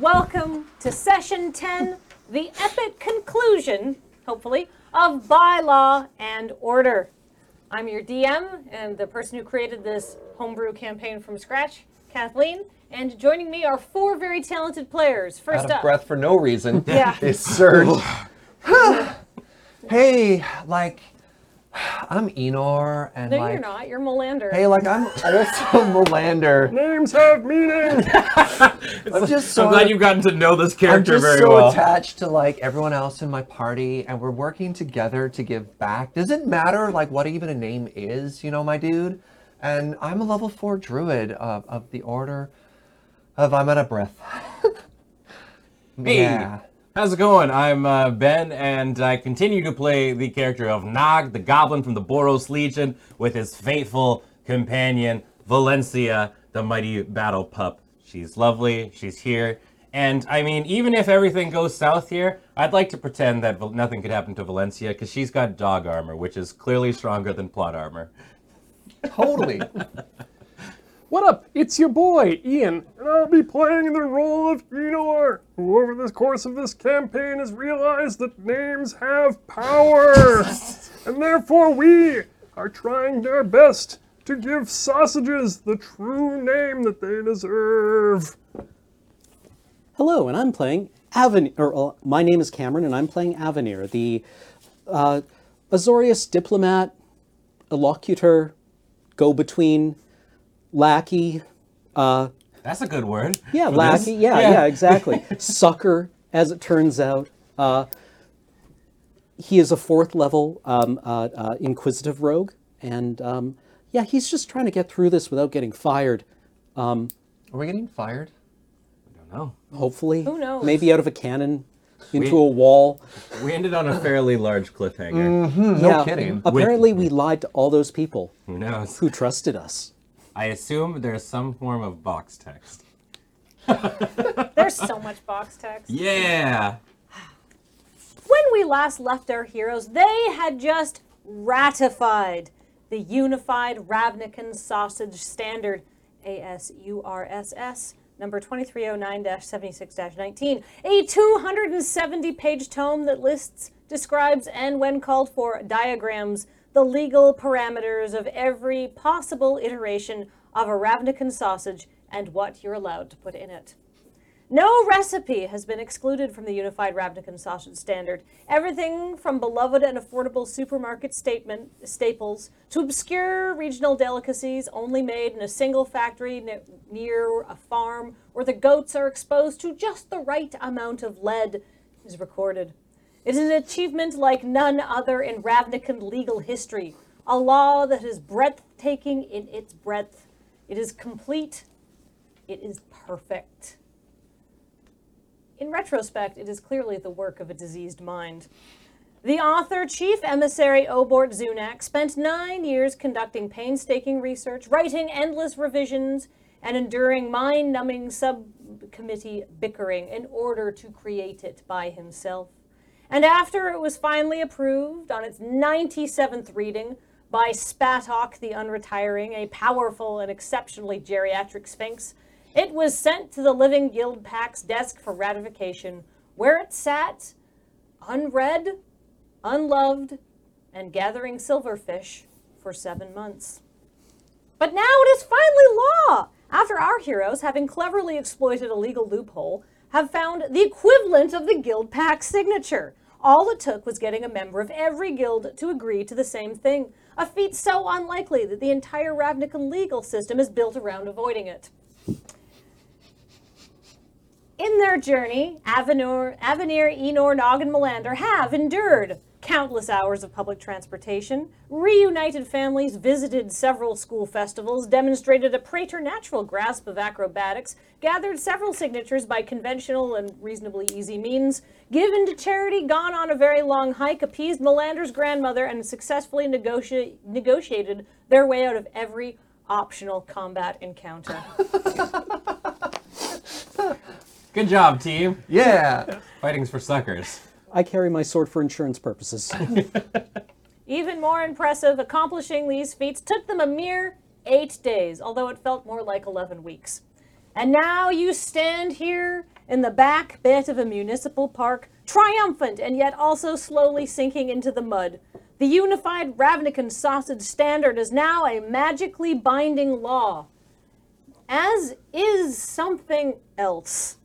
welcome to session 10, the epic conclusion, hopefully, of bylaw and order. I'm your DM and the person who created this homebrew campaign from scratch, Kathleen. And joining me are four very talented players. First out of up, breath for no reason. Yeah. Is Serge. hey, like, I'm Enor, and no, like, you're not. You're Molander. hey, like, I'm also Melander. Names have meaning. I'm just so I'm glad you've gotten to know this I'm character just very so well. attached to like everyone else in my party, and we're working together to give back. Does it matter like what even a name is, you know, my dude? And I'm a level four druid of, of the order of I'm out of breath. Hey, Yeah. how's it going? I'm uh, Ben, and I continue to play the character of Nog, the goblin from the Boros Legion, with his faithful companion Valencia, the mighty battle pup. She's lovely. She's here. And I mean, even if everything goes south here, I'd like to pretend that Val- nothing could happen to Valencia because she's got dog armor, which is clearly stronger than plot armor. Totally. What up? It's your boy, Ian. And I'll be playing the role of Enor, who over the course of this campaign has realized that names have power. and therefore, we are trying our best to give sausages the true name that they deserve. Hello, and I'm playing Avenir. Or, uh, my name is Cameron, and I'm playing Avenir, the uh, Azorius diplomat, elocutor, go between, lackey. Uh, That's a good word. yeah, for this. lackey. Yeah, yeah, exactly. Sucker, as it turns out. Uh, he is a fourth level um, uh, uh, inquisitive rogue, and um, yeah, he's just trying to get through this without getting fired. Are we getting fired? I don't know. Hopefully, Who knows? Maybe out of a cannon, into We- a wall. We ended on a fairly large cliffhanger. No kidding. Apparently, we lied to all those people Who knows? who trusted us. I assume there's some form of box text. There's so much box text. Yeah. When we last left our heroes, they had just ratified the Unified Ravnican Sausage Standard, ASURSS, number 2309 76 19, a 270 page tome that lists, describes, and when called for, diagrams the legal parameters of every possible iteration of a Ravnican sausage and what you're allowed to put in it. No recipe has been excluded from the Unified Ravnican Sausage Standard. Everything from beloved and affordable supermarket statement, staples to obscure regional delicacies only made in a single factory ne- near a farm where the goats are exposed to just the right amount of lead is recorded. It is an achievement like none other in Ravnican legal history, a law that is breathtaking in its breadth. It is complete, it is perfect. In retrospect, it is clearly the work of a diseased mind. The author, chief emissary Obort Zunak, spent nine years conducting painstaking research, writing endless revisions, and enduring mind numbing subcommittee bickering in order to create it by himself. And after it was finally approved on its 97th reading by Spatok the Unretiring, a powerful and exceptionally geriatric sphinx, it was sent to the Living Guild Pack's desk for ratification, where it sat, unread, unloved, and gathering silverfish for seven months. But now it is finally law! After our heroes, having cleverly exploited a legal loophole, have found the equivalent of the guild pack signature. All it took was getting a member of every guild to agree to the same thing, a feat so unlikely that the entire Ravnican legal system is built around avoiding it. In their journey, Avenir, Avenir, Enor, Nog, and Melander have endured countless hours of public transportation, reunited families, visited several school festivals, demonstrated a preternatural grasp of acrobatics, gathered several signatures by conventional and reasonably easy means, given to charity, gone on a very long hike, appeased Melander's grandmother, and successfully negotia- negotiated their way out of every optional combat encounter. Good job, team. Yeah. Fighting's for suckers. I carry my sword for insurance purposes. Even more impressive, accomplishing these feats took them a mere eight days, although it felt more like 11 weeks. And now you stand here in the back bit of a municipal park, triumphant and yet also slowly sinking into the mud. The unified Ravnican sausage standard is now a magically binding law, as is something else.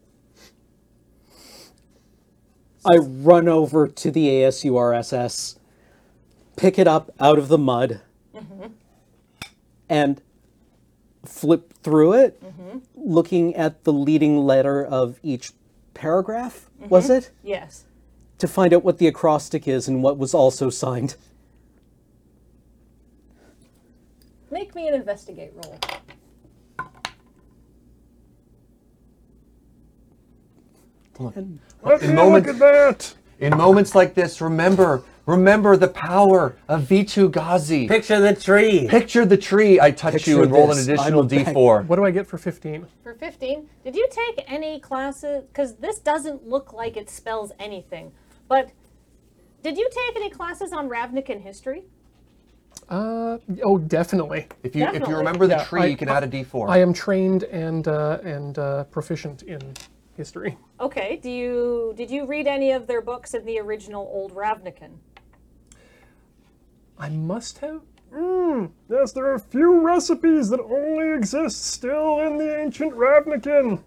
I run over to the ASURSS, pick it up out of the mud, Mm-hmm. and flip through it, Mm-hmm. looking at the leading letter of each paragraph, Mm-hmm. was it? Yes. To find out what the acrostic is and what was also signed. Make me an investigate roll. Let me moment- look at that. In moments like this, remember, remember the power of Vichu Ghazi. Picture the tree. Picture the tree. I touch you Picture and roll this. an additional I'm back. d4. What do I get for 15? For 15, did you take any classes? Because this doesn't look like it spells anything, but did you take any classes on Ravnican history? Uh, oh, definitely. If you if Definitely. you remember the Yeah, tree, I- you can add a d4. I am trained and uh, and uh, proficient in history. Okay, do you did you read any of their books in the original Old Ravnican? I must have. Mm, yes, there are a few recipes that only exist still in the ancient Ravnican.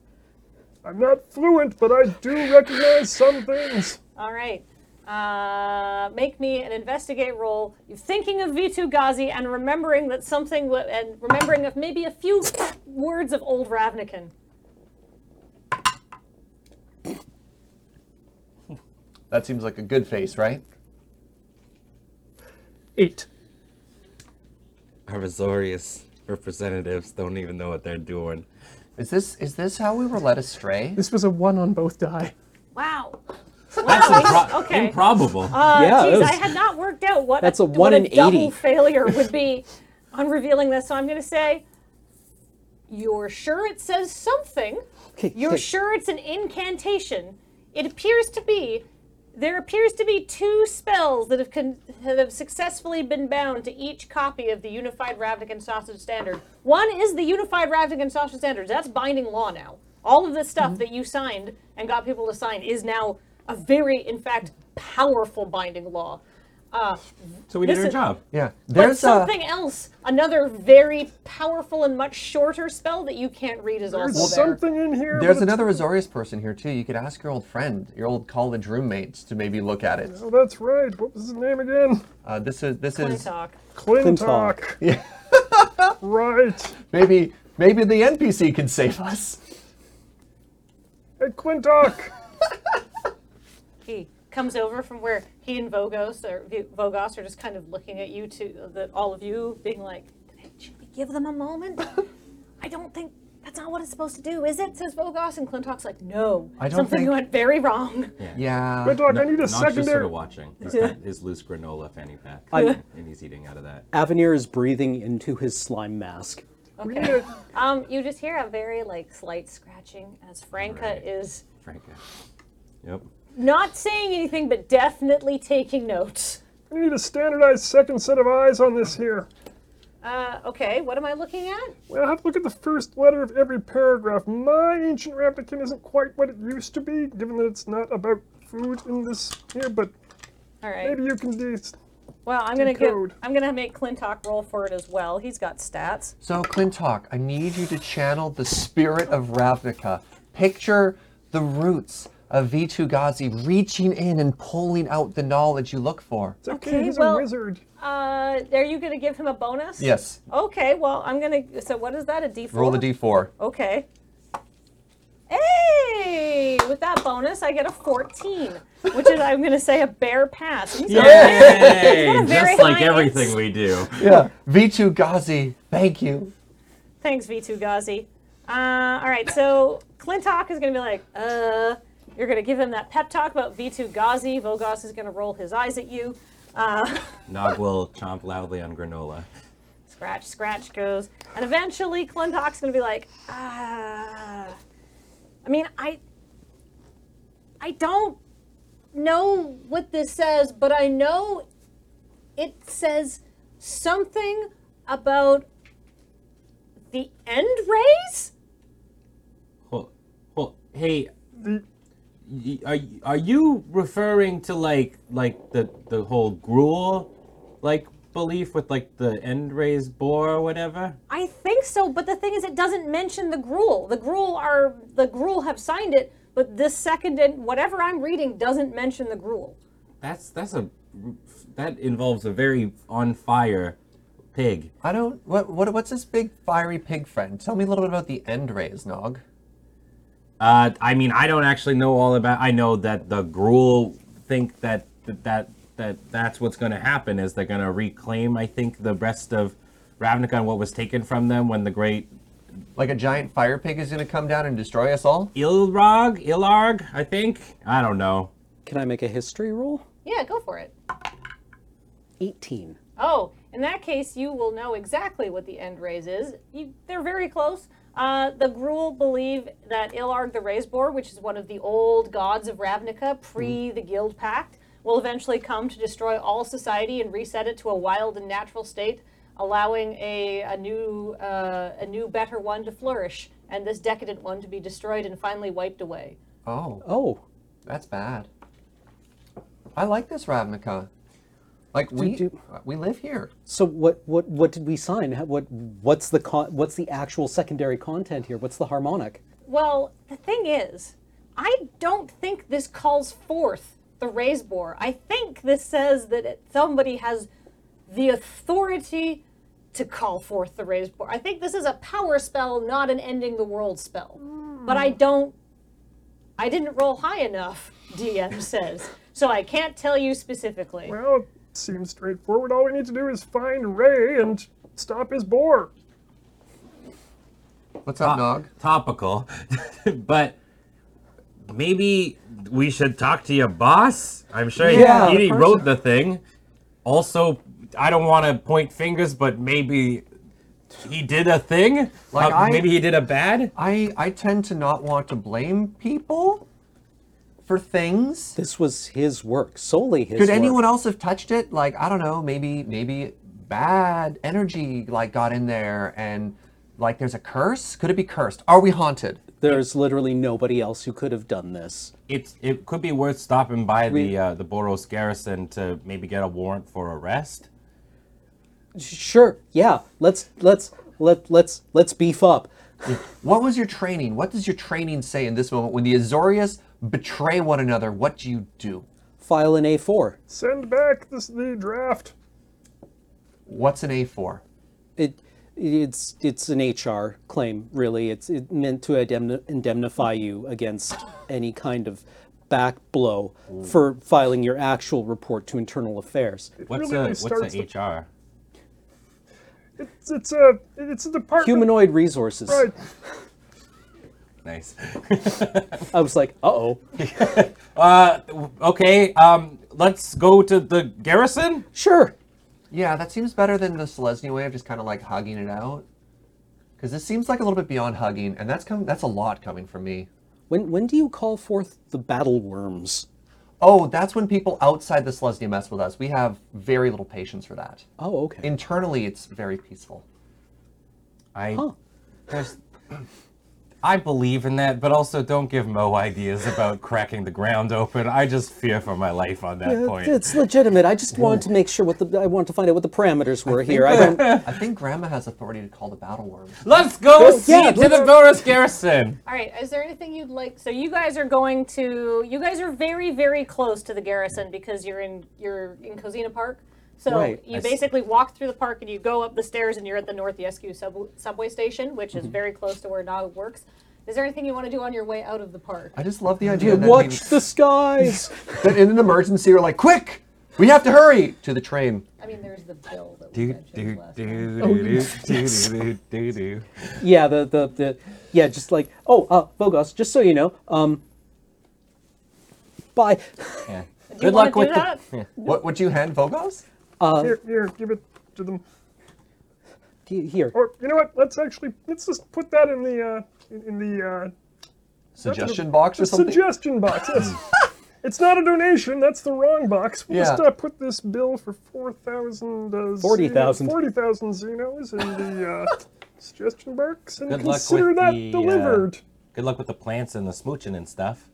I'm not fluent, but I do recognize some things. All right. Uh, make me an investigate roll. You're thinking of Vitu Ghazi and remembering that something, wa- and remembering of maybe a few words of Old Ravnican. That seems like a good face, right? Eight. Our Azorius representatives don't even know what they're doing. Is this is this how we were led astray? This was a one on both die. Wow. That's impro- okay. improbable. Uh, Yeah, geez, that Oh, was- I had not worked out what That's a what one in 80. double failure would be on revealing this. So I'm going to say, you're sure it says something. Okay, You're okay. sure it's an incantation. It appears to be. There appears to be two spells that have, con- that have successfully been bound to each copy of the Unified Ravnican Sausage Standard. One is the Unified Ravnican Sausage Standards. That's binding law now. All of this stuff Mm-hmm. that you signed and got people to sign is now a very, in fact, powerful binding law. Uh, so we this did our is- job. Yeah. but There's something a else, another very powerful and much shorter spell that you can't read is also There's there. something in here. there's but it's- another Azorius person here too. You could ask your old friend, your old college roommates, to maybe look at it. Oh, that's right. What was his name again? Uh, this is this is Talk. Clintock. Clintock. right. maybe maybe the NPC can save us. Hey, Quintock. he comes over from where he and Vogos or V- Vogos are just kind of looking at you to that all of you being like, should we give them a moment? I don't think that's not what it's supposed to do, is it? Says Vogos, and Clintock's like, no, I don't something think- went very wrong. Yeah. Quintock, I No- need a Nog's just sort secondary. of watching. He's got his loose granola fanny pack, and he's eating out of that. Avenir is breathing into his slime mask. We need a- Um, you just hear a very like slight scratching as Franca Right. is Franca. Yep. not saying anything but definitely taking notes. we need a standardized second set of eyes on this here. Uh, okay, what am I looking at? Well, have to look at the first letter of every paragraph. My ancient replicant isn't quite what it used to be, given that it's not about food in this here, but All right. maybe you can do s- Well, I'm gonna give, Decode. I'm gonna make Clintock roll for it as well. He's got stats. So Clintock, I need you to channel the spirit of Ravnica. Picture the roots of Vitu Ghazi reaching in and pulling out the knowledge you look for. It's okay, Okay, he's well- a wizard. Uh, are you gonna give him a bonus? Yes. Okay. Well, I'm gonna. So what is that? A D4. Roll the d4. Okay. Hey! With that bonus, I get a 14, which is I'm gonna say a bare pass. He's got a Yay! very Just like high everything ins- we do. Yeah. Vitu Ghazi, thank you. Thanks, V2 Ghazi. Uh, all right, so Clintock is going to be like, uh, you're going to give him that pep talk about V2 Ghazi. Vogos is going to roll his eyes at you. Uh, Nog will chomp loudly on granola. scratch, scratch goes. And eventually Clintock's going to be like, ah. I mean, I, I don't know what this says, but I know it says something about the end rays? Well, well, hey, the Y- Are y- are you referring to like like the the whole gruel like belief with like the end raised boar or whatever? I think so, but the thing is, it doesn't mention the gruel. The gruel are the gruel have signed it, but this second and whatever I'm reading doesn't mention the gruel. That's that's a that involves a very on fire pig. I don't. What, what? What's this big fiery pig friend? Tell me a little bit about the end rays, Nog. Uh, I mean, I don't actually know all about. I know that the gruel think that that that, that that's what's going to happen is they're going to reclaim. I think the rest of Ravnica and what was taken from them when the great Like a giant fire pig is going to come down and destroy us all? Ilrog Ilarg. I think I don't know. Can I make a history roll? Yeah, go for it. 18. Oh, in that case, you will know exactly what the end raise is. You, they're very close. Uh, the Gruul believe that Ilarg the Raisebor, which is one of the old gods of Ravnica pre the Guild Pact, will eventually come to destroy all society and reset it to a wild and natural state, allowing a, a new uh, a new better one to flourish and this decadent one to be destroyed and finally wiped away. Oh, Oh, that's bad. I like this Ravnica. Like we you- we live here. so what, what, what did we sign? How- What, what's, the con- what's the actual secondary content here? What's the harmonic? Well, the thing is, I don't think this calls forth the raise bore. I think this says that it, somebody has the authority to call forth the raise bore. I think this is a power spell, not an ending the world spell. But I don't. I didn't roll high enough, DM says. So I can't tell you specifically. well it seems straightforward. All we need to do is find Ray and stop his boar. What's up, Top- Nog? Topical, but maybe we should talk to your boss. I'm sure he- Yeah, he, of course. wrote the thing. Also, I don't want to point fingers, but maybe he did a thing. Like Uh, I- maybe he did a bad. I I tend to not want to blame people for things. This was his work, solely his Could work. anyone else have touched it? Like I don't know. Maybe maybe bad energy like got in there and like there's a curse. Could it be cursed? Are we haunted? There's literally nobody else who could have done this. It's it could be worth stopping by the uh, the Boros garrison to maybe get a warrant for arrest. Sure, yeah. Let's let's let let's let's beef up. What was your training? What does your training say in this moment when the Azorius betray one another? What do you do? File an A4. Send back this the draft. What's an A4? It it's it's an HR claim, really. It's it meant to indemn- indemnify you against any kind of back blow for filing your actual report to internal affairs. What's really a starts what's the- a HR? It's it's a it's a department. Humanoid resources. Right. Nice. I was like, uh-oh. okay, um, let's go to the garrison. Sure. Yeah, that seems better than the Selesny way of just kind of like hugging it out. Because this seems like a little bit beyond hugging, and that's com- that's a lot coming from me. When when do you call forth the battle worms? Oh, that's when people outside the Selesnya mess with us. We have very little patience for that. Oh, okay. Internally, it's very peaceful. I Huh. there's I believe in that, but also don't give Mo ideas about cracking the ground open. I just fear for my life on that Uh, point. It's legitimate. I just wanted to make sure what the I wanted to find out what the parameters were here. I don't. I think Grandma has authority to call the battle worms. Let's go Go- see Oh, yeah, to the Boris garrison. All right, is there anything you'd like? So you guys are going to you guys are very very close to the garrison because you're in you're in Cozina Park. So Right, you I s- basically walk through the park and you go up the stairs and you're at the North Yescu sub- subway station, which is very close to where Nog works. Is there anything you want to do on your way out of the park? I just love the idea that, we, Watch the skies. that in an emergency, we're like, quick, we have to hurry to the train. I mean, there's the bill that we Do mentioned do last do time. do do do do do. yeah, the, the the yeah, just like oh, uh, Vogos. Just so you know, um, bye. Yeah. Do you Good wanna luck do with the that? What would you hand Vogos? here, here, give it to them. He- Here, Or you know what? Let's actually let's just put that in the uh, in, in the uh, Suggestion box or the something? suggestion box. Yes. it's not a donation. That's the wrong box. We'll Yeah. just uh, put this bill for four thousand uh, 40,000. forty thousand zeros in the uh, suggestion box and Good luck consider with that the, uh, delivered. Good luck with the plants and the smooching and stuff.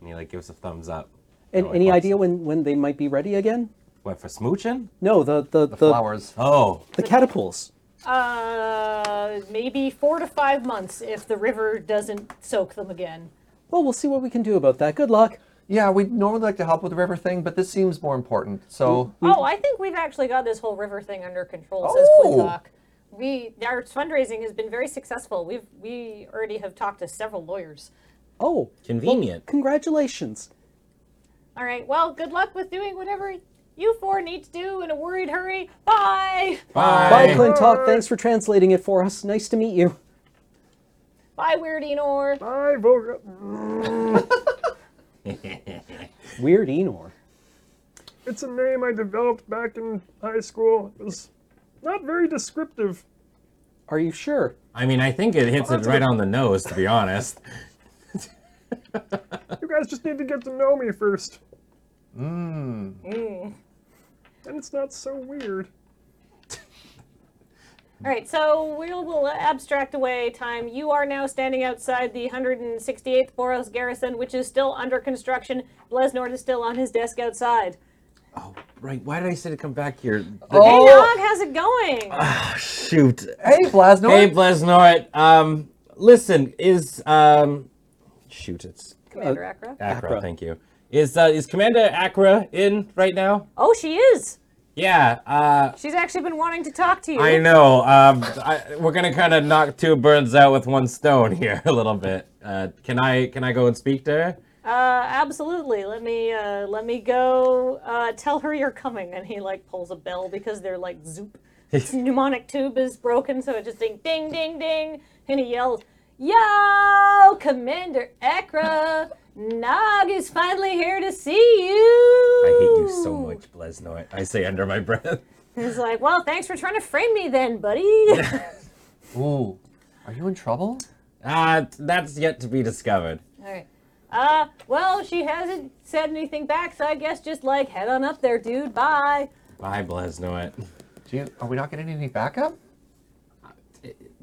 And he like gives a thumbs up. And like, any what's- idea when when they might be ready again? What for smooching? No, the the the Flowers. Oh, the catapults. Uh, maybe four to five months if the river doesn't soak them again. Well, we'll see what we can do about that. Good luck. Yeah, we normally like to help with the river thing, but this seems more important. So Oh, I think we've actually got this whole river thing under control, says Oh. Quinlock. We our fundraising has been very successful. We've we already have talked to several lawyers. Oh, convenient. congratulations. All right. Well, good luck with doing whatever you four need to do in a worried hurry. Bye. Bye, Bye. Clintock. Thanks for translating it for us. Nice to meet you. Bye, Weird Enor. I vote. uh, Weird Enor. It's a name I developed back in high school. It was not very descriptive. Are you sure? I mean, I think it hits it right on the nose, to be honest. You guys just need to get to know me first. Hmm. Mmm. And it's not so weird. All right. So we'll, we'll abstract away time. You are now standing outside the 168th Boros garrison, which is still under construction. Blesnord is still on his desk outside. Right? Why did I say to come back here? Hey, Oh. Nog, how's it going? Shoot. hey, Blasno. Hey, Blesnorit. Um, listen, is um, shoot, it's Commander Akra. Acra. Acra. Thank you. Is uh, is Commander Acra in right now? Oh, she is. Yeah. Uh, She's actually been wanting to talk to you. I know. Um, I, we're gonna kind of knock two birds out with one stone here a little bit. Uh, can I can I go and speak to her? Uh, absolutely. Let me uh, let me go uh, tell her you're coming. And he like pulls a bell because they're like zoop. His mnemonic tube is broken, so it just ding ding ding ding. And he yells, "Yo, Commander Ekra, Nog is finally here to see you." I hate you so much, Blesnoit. I say under my breath. He's like, "Well, thanks for trying to frame me, then, buddy." Ooh, are you in trouble? Uh, that's yet to be discovered. All right. Uh, well, she hasn't said anything back, so I guess just like head on up there, dude. Bye. Bye, Blesnoit. Do you, are we not getting any backup?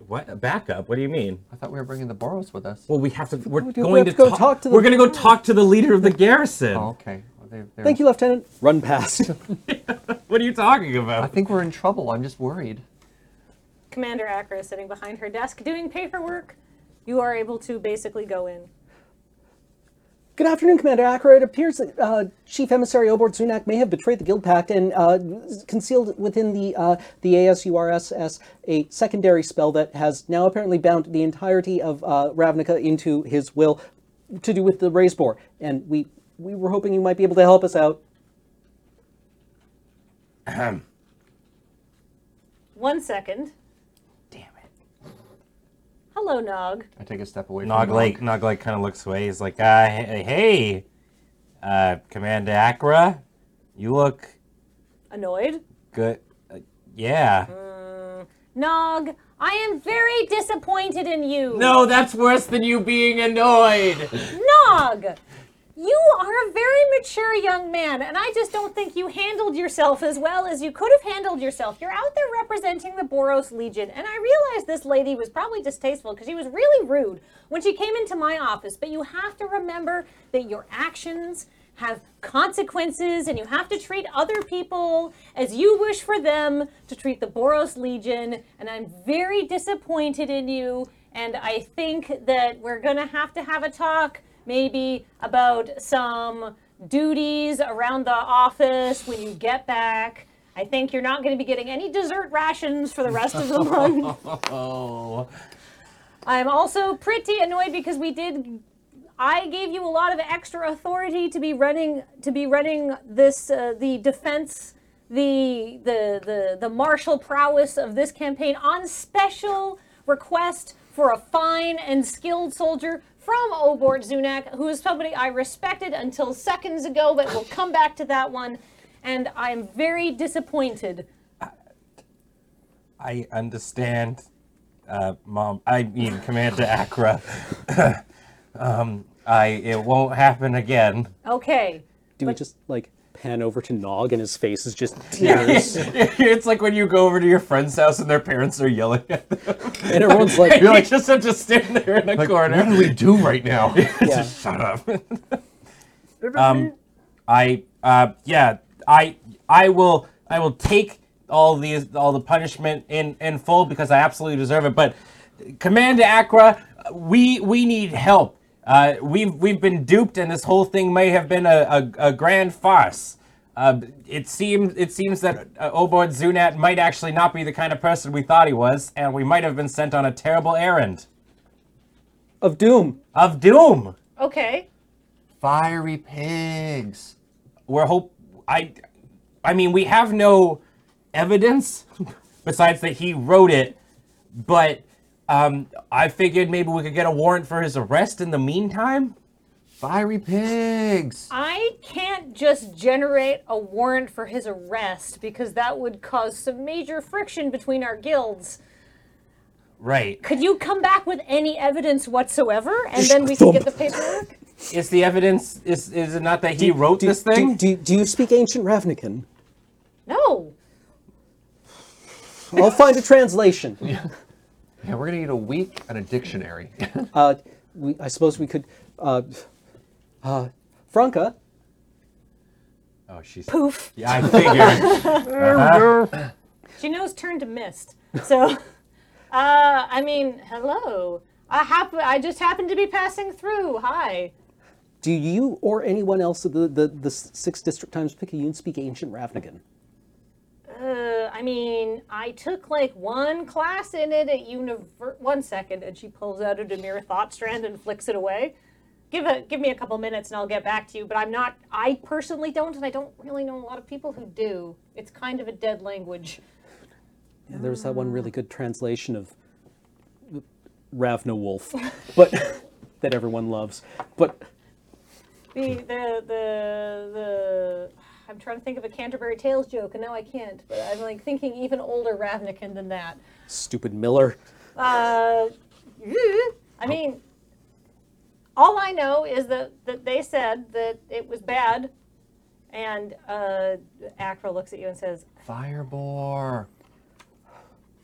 What backup? What do you mean? I thought we were bringing the Boros with us. Well, we have to. We're we do- we going have to, to go ta- talk to the- We're going to go talk to the leader of the garrison. Oh, okay. Well, they- they're- Thank you, Lieutenant. Run past. What are you talking I about? think we're in trouble. I'm just worried. Commander Akra is sitting behind her desk doing paperwork. You are able to basically go in. Good afternoon, Commander Acker. It appears that uh, Chief Emissary Obord Zunak may have betrayed the Guild Pact and uh, concealed within the uh, the ASURSS a secondary spell that has now apparently bound the entirety of uh, Ravnica into his will, to do with the Raise Boar. And we we were hoping you might be able to help us out. One second. Damn it. Hello, Nog. I take a step away from Nog Nog. Lake, Nog Lake kind of looks away. He's like, uh, he- hey, uh, Commander Akra, you look Annoyed? good. Uh, yeah. Nog, I am very disappointed in you. No, that's worse than you being annoyed. Nog! You are a very mature young man, and I just don't think you handled yourself as well as you could have handled yourself. You're out there representing the Boros Legion, and I realize this lady was probably distasteful because she was really rude when she came into my office, but you have to remember that your actions have consequences, and you have to treat other people as you wish for them to treat the Boros Legion, and I'm very disappointed in you, and I think that we're gonna have to have a talk maybe about some duties around the office when you get back. I think you're not going to be getting any dessert rations for the rest of the month. Oh. I'm also pretty annoyed because we did I gave you a lot of extra authority to be running to be running this uh, the defense the the the the martial prowess of this campaign on special request for a fine and skilled soldier from Obort Zunak, who is somebody I respected until seconds ago, but we'll come back to that one. And I'm very disappointed. I understand, uh, Mom. I mean, Commander Akra. um, I it won't happen again. Okay. Do we just like pan over to Nog and his face is just tears, it's like when you go over to your friend's house and their parents are yelling at them. and everyone's like, you just have to stand there in the corner. do right now? yeah. Shut up. Um, I uh, yeah, I I will I will take all these all the punishment in in full because I absolutely deserve it. But Commander Accra, we we need help. Uh, we've we've been duped, and this whole thing may have been a a, a grand farce. Uh, it seems it seems that uh, Obord Zunat might actually not be the kind of person we thought he was, and we might have been sent on a terrible errand Of doom. of doom. Okay. Fiery pigs. we're hope I I mean we have no evidence besides that he wrote it, but um, I figured maybe we could get a warrant for his arrest in the meantime. Fiery pigs. I can't just generate a warrant for his arrest because that would cause some major friction between our guilds. Right. Could you come back with any evidence whatsoever and then we can get the paperwork? Is the evidence is is it not that he wrote this thing? Do, do, do you speak ancient Ravnican? No. I'll find a translation. Yeah, we're gonna need a week and a dictionary. Uh, we, I suppose we could. Uh, uh, Franca, oh, she's Poof. Yeah, I figured. There we uh-huh. go. She knows turn to mist. So, uh, I mean, hello. I happen. I just happened to be passing through. Hi. do you or anyone else of the, the, the Sixth District Times Picayune speak ancient Ravnican? Uh, I mean, I took like one class in it at univer. One second, and she pulls out a demure thought strand and flicks it away. Give a give me a couple minutes, and I'll get back to you. But I'm not. I personally don't, and I don't really know a lot of people who do. It's kind of a dead language. Yeah, there was that one really good translation of Ravna Wolf, but that everyone loves. But The the the the. I'm trying to think of a Canterbury Tales joke, and now I can't. But I'm like thinking even older Ravnican than that. stupid Miller. Uh, I Oh. mean, all I know is that, that they said that it was bad, and uh, Acra looks at you and says, Fire boar.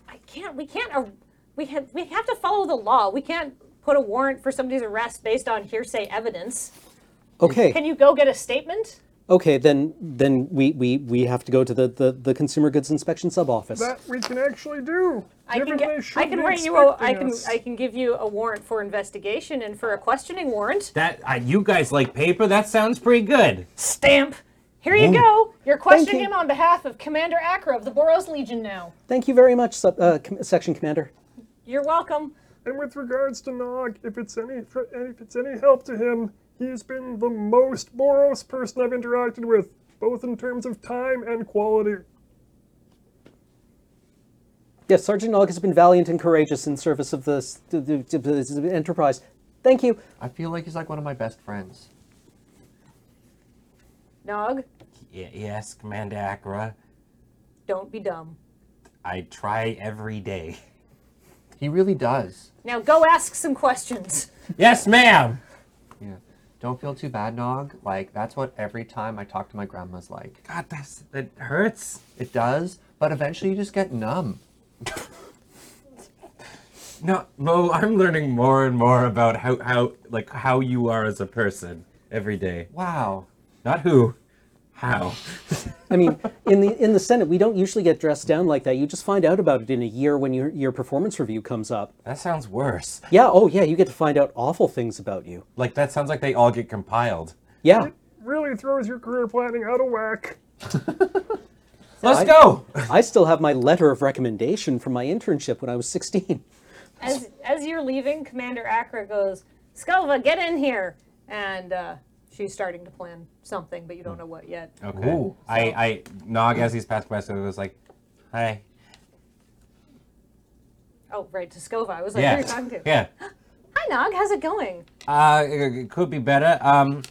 "I can't. We can't. ar- We have. We have to follow the law. We can't put a warrant for somebody's arrest based on hearsay evidence. Can Okay, you go get a statement?" okay, then then we, we, we have to go to the, the, the Consumer Goods Inspection Sub Office. That we can actually do. I can, Given get, they I can should be write you a, I expecting can us. I can give you a warrant for investigation and for a questioning warrant. that uh, you guys like paper? That sounds pretty good. Stamp. Here you go. You're questioning you. him on behalf of Commander Acra of the Boros Legion now. Thank you very much, sub, uh, com- Section Commander. You're welcome. And with regards to Nog, if it's any if it's any help to him, he's been the most Boros person I've interacted with, both in terms of time and quality. Yes, Sergeant Nog has been valiant and courageous in service of the, s- the, the, the- the enterprise. Thank you. I feel like he's like one of my best friends. Nog, Y- yes, Commander Akra. don't be dumb. I try every day. He really does. Now go ask some questions. Yes, ma'am. Yeah. Don't feel too bad, Nog. Like that's what every time I talk to my grandma's like. God, that's that hurts. It does, but eventually you just get numb. No, Mo, I'm learning more and more about how, how like how you are as a person every day. Wow. Not who, how. I mean, in the in the Senate, we don't usually get dressed down like that. You just find out about it in a year when your your performance review comes up. That sounds worse. Yeah. Oh, yeah. You get to find out awful things about you. Like that sounds like they all get compiled. Yeah. Really throws your career planning out of whack. Let's go. I still have my letter of recommendation from my internship when I was 16. As as you're leaving, Commander Acra goes, Skelva, get in here. And uh, she's starting to plan something, but you don't know what yet. Oh. Okay. Ooh. I I Nog as he's passed by, so it was like, hi. Oh, right, to Skelva. I was like, who are you Yeah. talking to? Yeah. Hi, Nog. How's it going? Uh, it, it could be better. Um,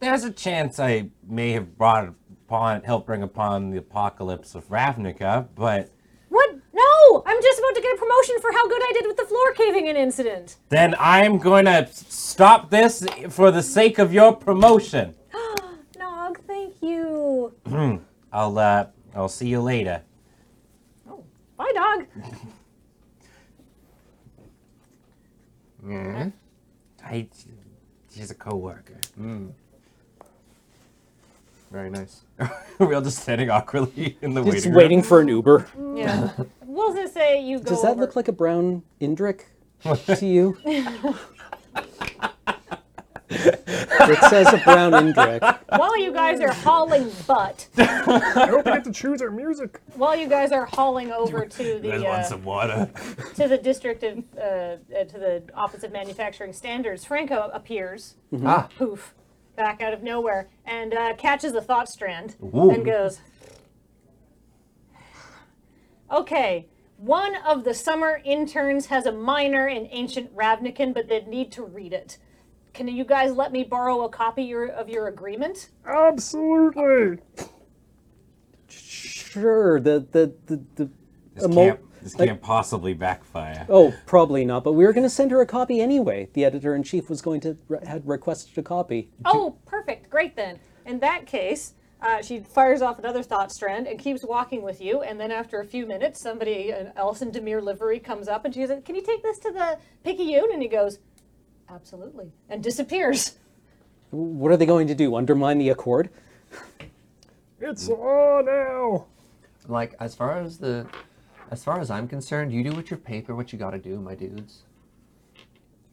there's a chance I may have brought upon, helped bring upon the apocalypse of Ravnica, but What? No! I'm just about to get a promotion for how good I did with the floor caving in incident. then I'm going to stop this for the sake of your promotion. Nog, thank you. I'll uh, I'll see you later. Oh, bye, Nog. I She's a coworker. Very nice. We're all just standing awkwardly in the It's waiting room. waiting for an Uber. Yeah. we'll just say you go. Does that over. look like a brown Indrik to you? it says a brown Indrik. while you guys are hauling butt? I hope we get to choose our music. While you guys are hauling over to You guys the want uh, some water? to the district of uh, uh, to the Office of Manufacturing Standards, Franco appears, Ah, poof, back out of nowhere, and uh, catches the thought strand Ooh. and goes, "Okay." One of the summer interns has a minor in ancient Ravnican, but they need to read it. Can you guys let me borrow a copy your, of your agreement? Absolutely. Sure. The the the, the This a mo- can't, this like- can't possibly backfire. Oh, probably not. But we were going to send her a copy anyway. The editor in chief was going to re- had requested a copy. Oh, perfect. Great then. In that case, uh, she fires off another thought strand and keeps walking with you. And then after a few minutes, somebody else in Demir livery comes up and she says, "Can you take this to the Picayune?" And he goes, "Absolutely," and disappears. What are they going to do? Undermine the accord? It's on now. like as far as the, as far as I'm concerned, you do with your paper what you got to do, my dudes.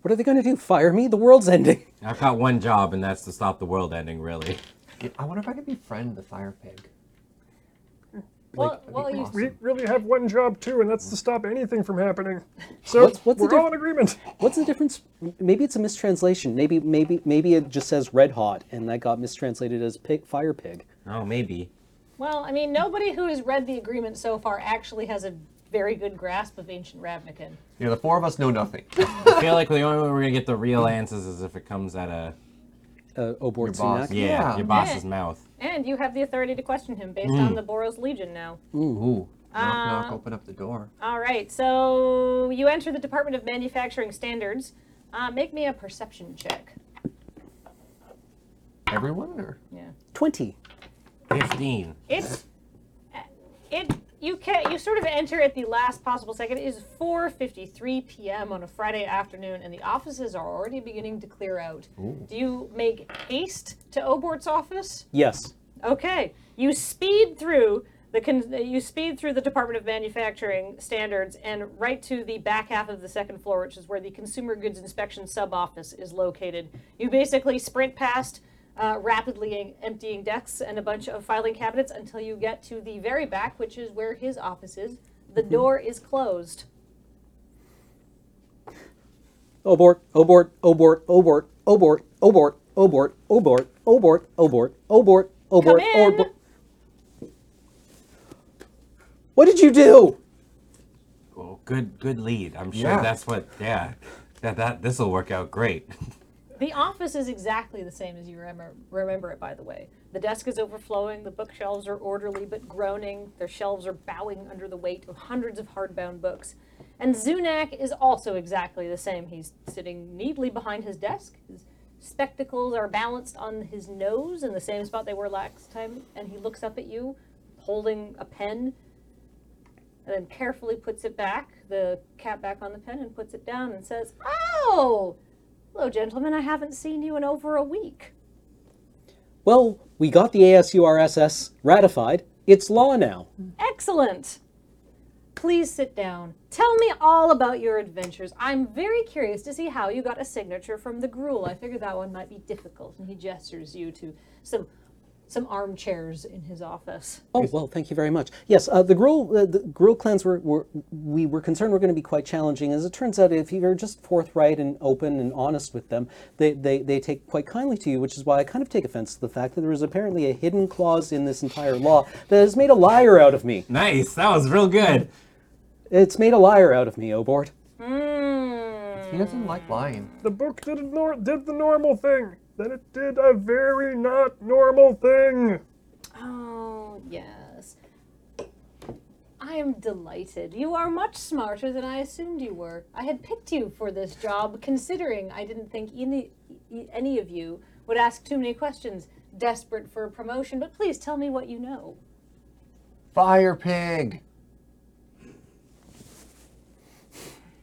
What are they going to do? Fire me? The world's ending. I've got one job, and that's to stop the world ending, really. Get- I wonder if I could befriend the fire pig. Well, well, that'd be you, awesome. We really have one job too, and that's to stop anything from happening. So What's- what's the we're all diff- in agreement. What's the difference? Maybe it's a mistranslation. Maybe maybe maybe it just says red hot, and that got mistranslated as pig, fire pig. Oh, maybe. well, I mean, nobody who has read the agreement so far actually has a very good grasp of ancient Ravnican. You know, the four of us know nothing. I feel like the only way we're gonna get the real answers is if it comes out of Uh, Obor Your boss. Sunak. yeah, Yeah. your boss's mouth. And you have the authority to question him based Mm. on the Boros Legion now. Ooh, knock knock, open up the door. All right, so you enter the Department of Manufacturing Standards. Uh, make me a perception check. Everyone or Yeah, Twenty. Fifteen. it's it. You can you sort of enter at the last possible second. It is 4:53 p.m. on a Friday afternoon, and the offices are already beginning to clear out. Do you make haste to Obort's office? Yes. Okay, you speed through the con- you speed through the Department of Manufacturing standards and right to the back half of the second floor, which is where the Consumer Goods Inspection Sub Office is located. You basically sprint past. Uh, rapidly em- emptying decks and a bunch of filing cabinets until you get to the very back, which is where his office is. The door is closed. Obort, Obort, Obort, Obort, Obort, Obort, Obort, Obort, Obort, Obort, Obort, Come Obort, in. Obort. What did you do? Well, good, good lead. I'm sure Yeah. that's what. Yeah, that that this will work out great. The office is exactly the same as you remember, remember it, by the way. The desk is overflowing, the bookshelves are orderly but groaning, their shelves are bowing under the weight of hundreds of hardbound books. And Zunak is also exactly the same. He's sitting neatly behind his desk. His spectacles are balanced on his nose in the same spot they were last time, and he looks up at you, holding a pen, and then carefully puts it back, the cap back on the pen, and puts it down and says, Oh! Hello, gentlemen. I haven't seen you in over a week. Well, we got the ASURSS ratified. It's law now. Excellent. Please sit down. Tell me all about your adventures. I'm very curious to see how you got a signature from the gruel. I figured that one might be difficult, and he gestures you to some some armchairs in his office. Oh well, thank you very much. Yes, uh, the gruel, uh, the gruel clans were, were we were concerned were going to be quite challenging. As it turns out, if you are just forthright and open and honest with them, they, they they take quite kindly to you, which is why I kind of take offense to the fact that there is apparently a hidden clause in this entire law that has made a liar out of me. nice. That was real good. It's made a liar out of me, Obort. Hmm. he doesn't like lying. The book did a nor- did the normal thing. Then it did a very not normal thing. Oh, yes. I am delighted. You are much smarter than I assumed you were. I had picked you for this job considering I didn't think any, e- any of you would ask too many questions, desperate for a promotion, but please tell me what you know. Fire pig.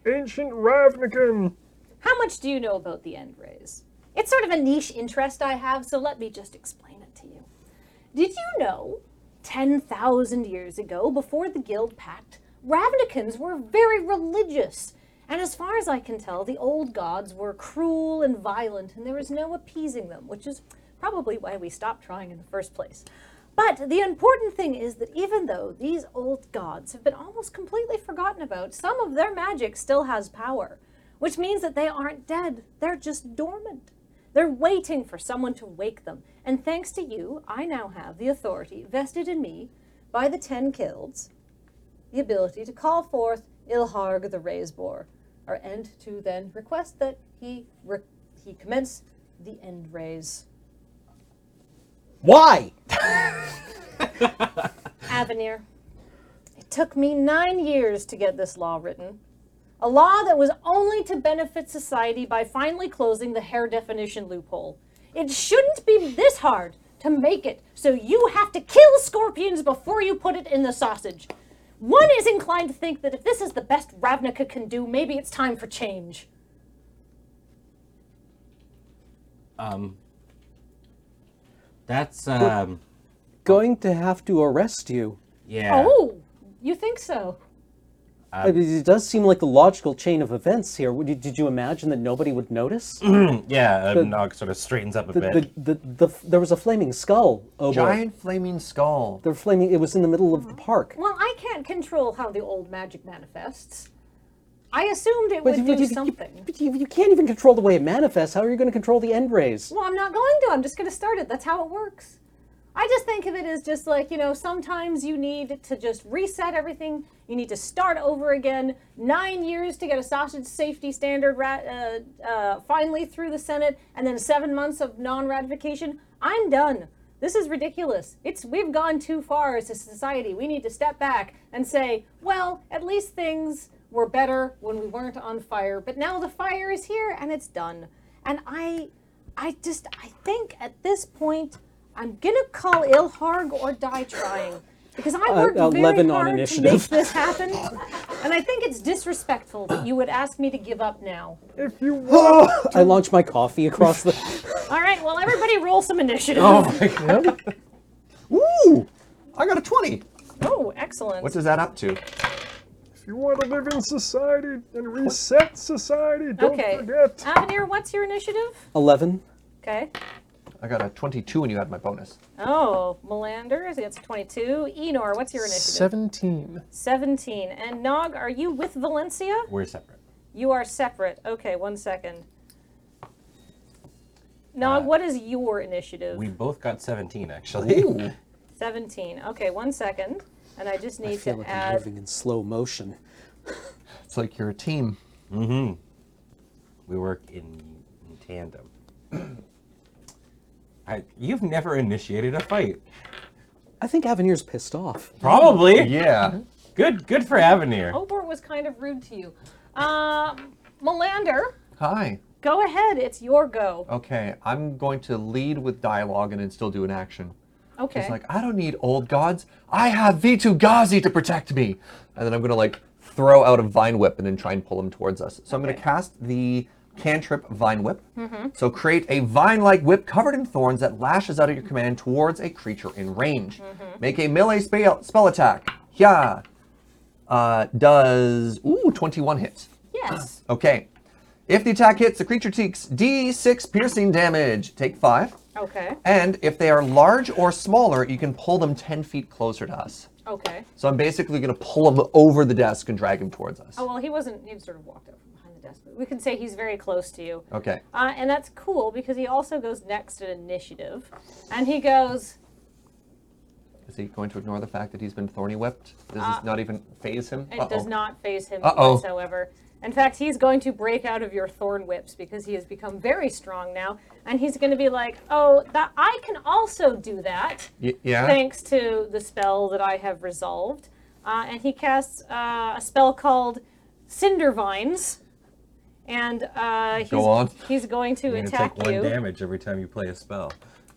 Ancient Ravnican. How much do you know about the end rays? It's sort of a niche interest I have, so let me just explain it to you. Did you know, 10,000 years ago, before the Guild Pact, Ravnikans were very religious. And as far as I can tell, the old gods were cruel and violent, and there was no appeasing them, which is probably why we stopped trying in the first place. But the important thing is that even though these old gods have been almost completely forgotten about, some of their magic still has power, which means that they aren't dead, they're just dormant. They're waiting for someone to wake them. And thanks to you, I now have the authority vested in me by the Ten Kilds, the ability to call forth Ilharg the Razebor, or and to then request that he re- he commence the end raise. Why? Avenir. It took me nine years to get this law written. A law that was only to benefit society by finally closing the hair definition loophole. It shouldn't be this hard to make it, so you have to kill scorpions before you put it in the sausage. One is inclined to think that if this is the best Ravnica can do, maybe it's time for change. That's um Going to have to arrest you. yeah. Oh, you think so? I mean, it does seem like the logical chain of events here. Would you- Did you imagine that nobody would notice? The, Yeah, um, Nog sort of straightens up a bit. the, the, the, there was a flaming skull. Oh boy. Giant flaming skull. The flaming. It was in the middle of the Mm-hmm. park. Well, I can't control how the old magic manifests. I assumed it would But you- do you- you- something. but you, you can't even control the way it manifests. How are you going to control the end rays? Well, I'm not going to. I'm just going to start it. That's how it works. I just think of it as just like, you know, sometimes you need to just reset everything. You need to start over again. Nine years to get a sausage safety standard ra- uh, uh, finally through the Senate, and then seven months of non ratification. I'm done. This is ridiculous. It's we've gone too far as a society. We need to step back and say, well, at least things were better when we weren't on fire, but now the fire is here and it's done. And I I just, I think at this point, I'm gonna call Ilharg or die trying because I worked uh, very 11 on hard to make initiative. this happen, and I think it's disrespectful that you would ask me to give up now. If you want, I launched my coffee across the. All right, well, everybody, roll some initiative. Oh. Ooh! I got a 20. Oh, excellent. What is that up to? if you want to live in society and reset society, don't okay, forget. Avenir, what's your initiative? 11. Okay. I got a 22 and you had my bonus. Oh, Melander is against 22. Enor, what's your initiative? 17. 17. And Nog, are you with Valencia? We're separate. You are separate. Okay, one second. Nog, what is your initiative? We both got 17 actually. Ooh. 17. Okay, one second. And I just need I feel to like I'm add. moving in slow motion. It's like you're a team. We work in, in tandem. I, you've never initiated a fight. I think Avenir's pissed off. Probably. Yeah. Good good for Avenir. Obor was kind of rude to you. Um, Melander, Hi. go ahead. It's your go. Okay, I'm going to lead with dialogue and then still do an action. Okay. It's like, I don't need old gods. I have V2 Ghazi to protect me. And then I'm going to like throw out a vine whip and then try and pull him towards us. So I'm going Okay. Mm-hmm. to cast the cantrip vine whip. So create a vine like whip covered in thorns that lashes out at your command towards a creature in range. Mm-hmm. Make a melee spell, spell attack. Yeah. Uh, does, ooh, 21 hits. yes. Okay. If the attack hits, the creature takes d6 piercing damage. Take five. Okay. And if they are large or smaller, you can pull them 10 feet closer to us. Okay. So I'm basically going to pull them over the desk and drag them towards us. Oh, well, he wasn't. He sort of walked out from behind the desk. But we can say he's very close to you. Okay. Uh, and that's cool because he also goes next in initiative. And he goes, Is he going to ignore the fact that he's been thorny whipped? Does this not even phase him? Uh, It does Uh-oh. not phase him Uh-oh. whatsoever. In fact, he's going to break out of your thorn whips because he has become very strong now, and he's going to be like, "Oh, that I can also do that, Y- yeah. thanks to the spell that I have resolved." Uh, and he casts uh, a spell called Cinder Vines, and uh, he's, Go on. he's going to You're gonna attack take one you. damage every time you play a spell.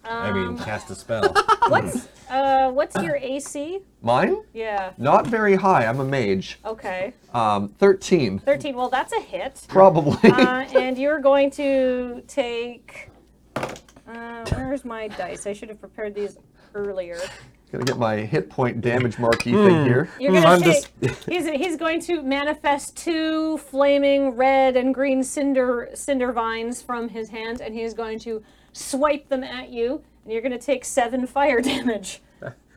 I mean, cast a spell. What's uh, what's your AC? Mine? Yeah. Not very high. I'm a mage. Okay. Um, 13. 13. Well, that's a hit. Probably. Uh, and you're going to take. Uh, where's my dice? I should have prepared these earlier. Gonna get my hit point damage marquee thing here. You're gonna I'm take. He's, he's going to manifest two flaming red and green cinder cinder vines from his hand, and he is going to swipe them at you, and you're gonna take seven fire damage.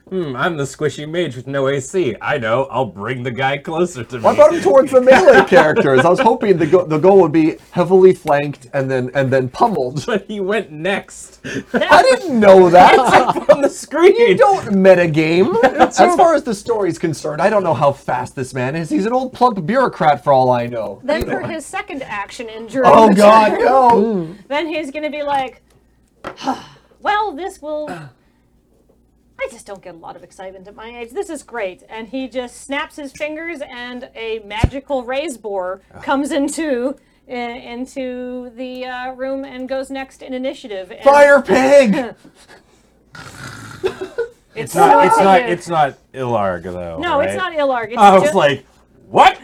Hmm, I'm the squishy mage with no AC. I know. I'll bring the guy closer to me. I brought him towards the melee characters. I was hoping the, go- the goal would be heavily flanked and then and then pummeled. but he went next I didn't know that. on the screen. You don't metagame. As far as the story's concerned, I don't know how fast this man is. He's an old plump bureaucrat for all I know. Then for his second action injury. Oh god, no! Then he's gonna be like, "Well, this will." I just don't get a lot of excitement at my age. This is great, and he just snaps his fingers, and a magical raise boar Ah. comes into uh, into the uh, room and goes next in initiative. And Fire pig! It's Not- it's not. you. It's not Ilarg though. no, right? it's not Ilarg. It's I was just- like, what?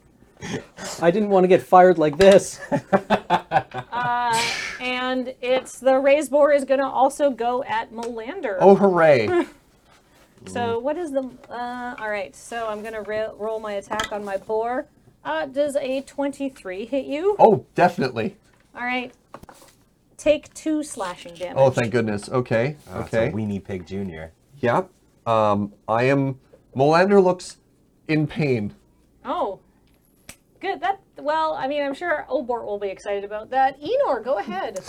I didn't want to get fired like this. and it's the raise boar is gonna also go at Melander. Oh hooray. So what is the? Uh, all right. So I'm gonna ro- roll my attack on my boar. Uh, does a 23 hit you? Oh, definitely. All right. Take two slashing damage. Oh, thank goodness. Okay, okay. It's a weenie pig junior. Yep. Um, I am. Molander looks in pain. Oh. Good. That. Well, I mean, I'm sure Obort will be excited about that. Enor, go ahead.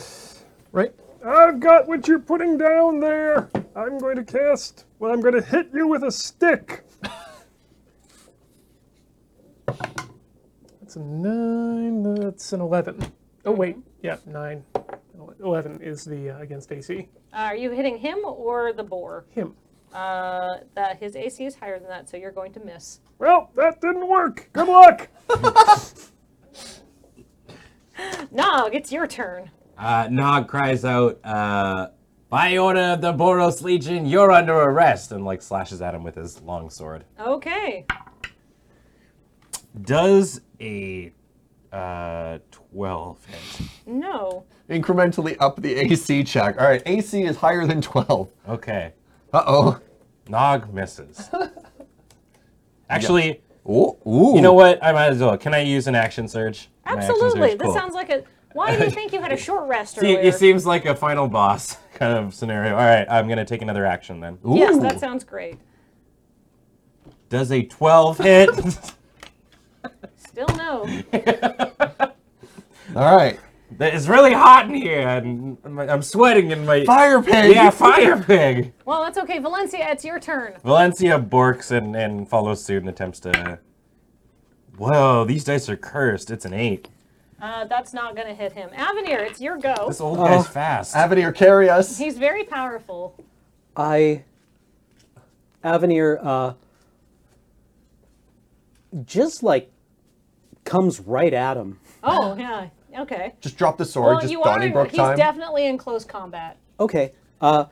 Right. I've got what you're putting down there. I'm going to cast. Well, I'm going to hit you with a stick. That's a nine. That's an eleven. Oh wait, yeah, nine. Ele- Eleven is the uh, against AC. are you hitting him or the boar? Him. Uh, that his AC is higher than that, so you're going to miss. Well, that didn't work. Good luck. Nog, it's your turn. Uh, Nog cries out, uh, "By order of the Boros Legion, you're under arrest!" and like slashes at him with his long sword. Okay. Does a uh, twelve hit? No. Incrementally up the AC check. All right, AC is higher than 12. Okay, Uh oh. Nog misses. Actually, Ooh, ooh. you know what? I might as well. Can I use an action surge? My action Absolutely. surge? This Cool. sounds like a. Why do you think you had a short rest See, earlier? it seems like a final boss kind of scenario. All right, I'm gonna take another action then. Ooh. Yes, that sounds great. Does a 12 hit? Still no. All right. it's really hot in here. I'm, I'm sweating in my. Fire pig. Yeah, fire pig. Well, that's okay. Valencia, it's your turn. Valencia borks and, and follows suit and attempts to. Whoa, these dice are cursed. It's an eight. Uh, that's not going to hit him. Avenir, it's your go. This old guy's fast. Avenir, carry us. He's very powerful. I, Avenir, uh, just like comes right at him. Oh, yeah. Okay. Just drop the sword. Well, just you are. Donnybrook He's time. definitely in close combat. Okay. Uh,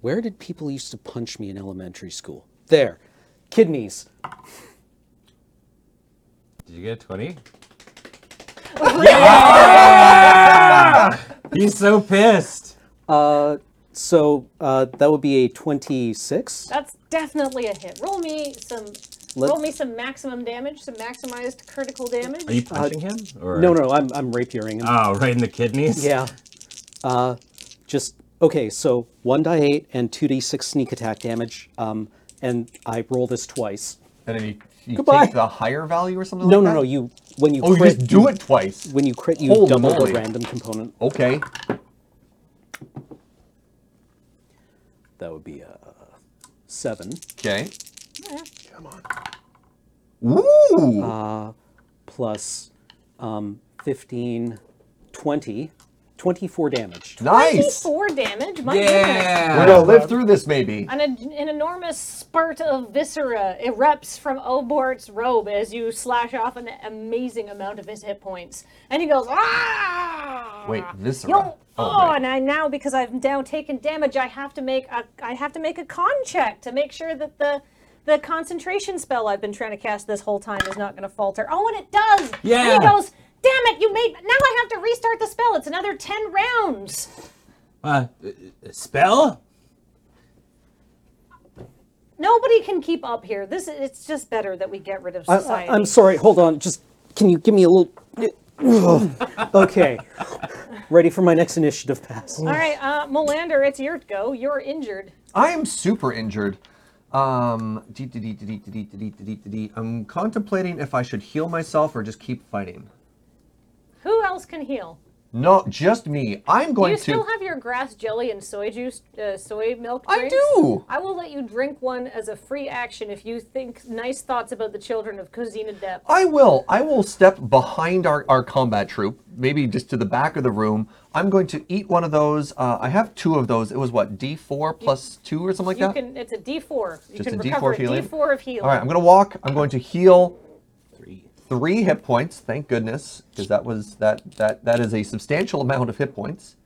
where did people used to punch me in elementary school? There, kidneys. Did you get a 20? yeah! He's so pissed. So uh, that would be a twenty-six. That's definitely a hit. Roll me some. Let- roll me some maximum damage, some maximized critical damage. Are you punching him? Or... No, no, I'm I'm rapiering him. Oh, right in the kidneys? Yeah. Uh, just okay. So one die eight and two d six sneak attack damage. Um, and I roll this twice. And then you, you Goodbye. take the higher value or something No, like no, that? no. You when you Oh, you crit, just do it twice. when you crit, you Holy double moly. the random component. Okay. That would be a seven Okay. Yeah. Ah. Ooh. plus um, 15, 20. 24 damage. Nice. 24 damage. My goodness. We're Yeah. gonna live through this, maybe. An, an enormous spurt of viscera erupts from Obort's robe as you slash off an amazing amount of his hit points. And he goes, ah! Wait, viscera. Yo, Oh, oh, right. and I now because I've now taken damage, I have to make a I have to make a con check to make sure that the the concentration spell I've been trying to cast this whole time is not going to falter. Oh, and it does. Yeah. And he goes, "Damn it! You made now I have to restart the spell. It's another ten rounds." Uh, spell? Nobody can keep up here. This it's just better that we get rid of I, society. am sorry, hold on. Just can you give me a little. Ugh. okay. Ready for my next initiative pass. All right, uh, Molander, it's your go. You're injured. I am super injured. Um, dee- dee- dee- dee- dee- dee- dee- dee- dee- dee- dee. I'm contemplating if I should heal myself or just keep fighting. Who else can heal? Not just me. I'm going you to. still have your grass jelly and soy juice, uh, soy milk. I drinks? do. I will let you drink one as a free action if you think nice thoughts about the children of Cousina Depp. I will. I will step behind our, our combat troop, maybe just to the back of the room. I'm going to eat one of those. Uh, I have two of those. It was what D4 plus two or something like You that. can. It's a D4. You Just can a D4 recover healing? a D4 of healing. All right. I'm going to walk. I'm going to heal three hit points. Thank goodness, because that was that that that is a substantial amount of hit points.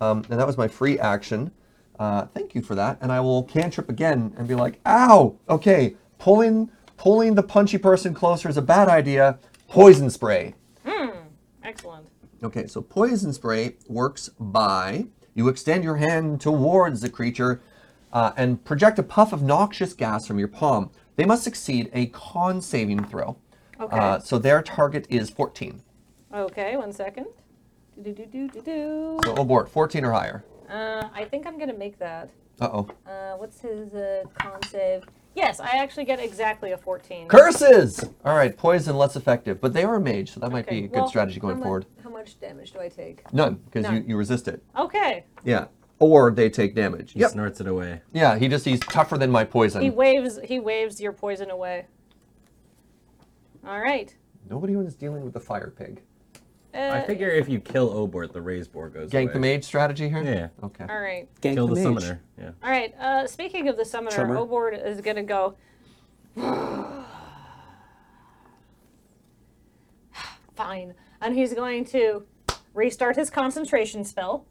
Um, and that was my free action. Uh, thank you for that. And I will cantrip again and be like, "Ow! Okay, pulling pulling the punchy person closer is a bad idea. Poison spray." Excellent. Okay, so poison spray works by you extend your hand towards the creature uh, and project a puff of noxious gas from your palm. They must succeed a con saving throw. Okay. Uh, so their target is 14. Okay. One second. Do do do do do. So abort, 14 or higher. Uh, I think I'm gonna make that. Uh oh. Uh, what's his uh, con save? Yes, I actually get exactly a 14. Curses! All right, poison less effective, but they are a mage, so that might Okay, be a good well, strategy how going mu- forward. How much damage do I take? None, because you, None. you resist it. Okay. Yeah. Or they take damage. He snorts it away. Yeah, he just, he's tougher than my poison. He waves he waves your poison away. All right. Nobody was dealing with the fire pig. Uh, I figure if you kill Obort, the raise boar goes Gank away. the mage strategy here? Yeah. Okay. all right. Gank Kill the, mage. summoner. Yeah. All right. Uh, speaking of the summoner, Summer. Obord is going to go. Fine. And he's going to restart his concentration spell.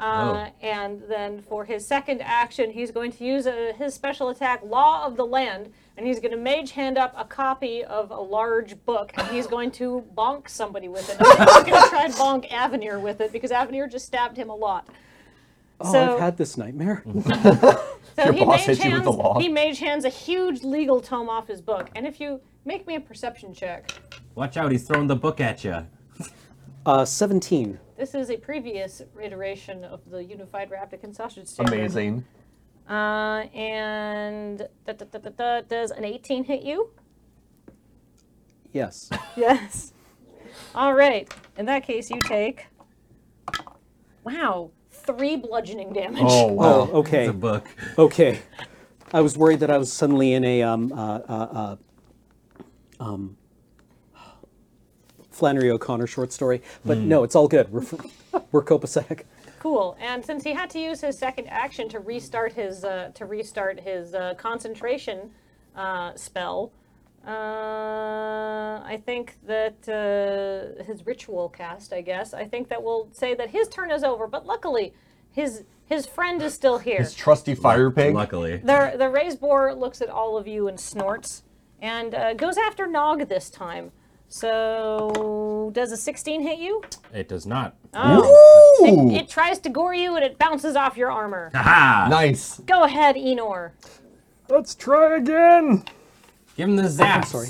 Uh, Oh. And then for his second action, he's going to use uh his special attack, Law of the Land, and he's going to mage hand up a copy of a large book, and he's going to bonk somebody with it. I'm going to try and bonk Avenir with it because Avenir just stabbed him a lot. Oh, So- I've had this nightmare. So Your he boss mage hit you with hands, the law. He mage hands a huge legal tome off his book, and if you make me a perception check, Watch out, he's throwing the book at you. Uh, 17. this is a previous iteration of the Unified Raptic and Sausage Standard. Amazing. Uh, and da, da, da, da, da, does an 18 hit you? Yes. Oh, Yes. All right. In that case, you take. Wow, three bludgeoning damage. Oh, It's a okay. book. Okay. I was worried that I was suddenly in a um, uh, uh, uh, um, Flannery O'Connor short story, but Hmm. no, it's all good. We're, we're copacetic. Cool. And since he had to use his second action to restart his uh, to restart his uh, concentration uh, spell, uh, I think that uh, his ritual cast. I guess I think that we'll say that his turn is over. But luckily, his his friend is still here. His trusty fire pig. Luckily. The the raised boar looks at all of you and snorts and uh, goes after Nog this time. So does a 16 hit you? Oh, It does not. Oh! Ooh! It tries to gore you and it bounces off your armor. Aha! nice. Go ahead, Enor. Let's try again. Give him the zaps. I'm sorry.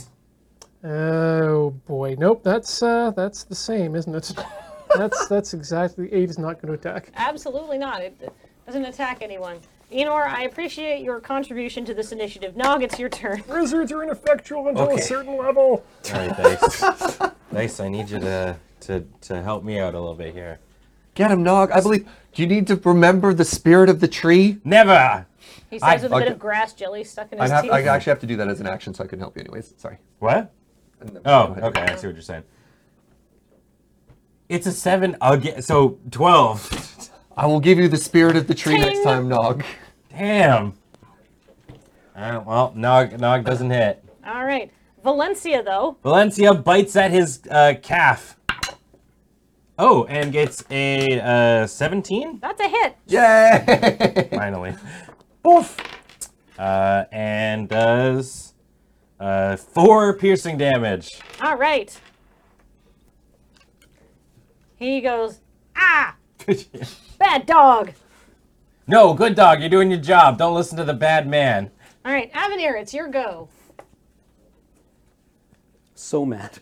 Oh boy, nope. That's uh, that's the same, isn't it? that's that's exactly. Eight is not going to attack. Absolutely not. It doesn't attack anyone. Enor, I appreciate your contribution to this initiative. Nog, it's your turn. Wizards are ineffectual until Okay. a certain level. All right, Dice. Dice, I need you to, to, to help me out a little bit here. Get him, Nog. I believe. Do you need to remember the spirit of the tree? Never! He says I- with a bit okay. of grass jelly stuck in I his have. teeth. I actually have to do that as an action, so I can help you, anyways. Sorry. What? And then- Oh, go ahead. okay. I see what you're saying. It's a seven again. So twelve. I will give you the spirit of the tree next Ting. time, Nog. Damn. Uh, well, Nog Nog doesn't hit. All right. Valencia, though. Valencia bites at his uh, calf. Oh, and gets a uh, 17? That's a hit. Yay! Finally. Oof! Uh, and does uh, four piercing damage. All right. He goes, ah, bad dog. no, good dog, you're doing your job. Don't listen to the bad man. All right, Avenir, it's your go. So mad.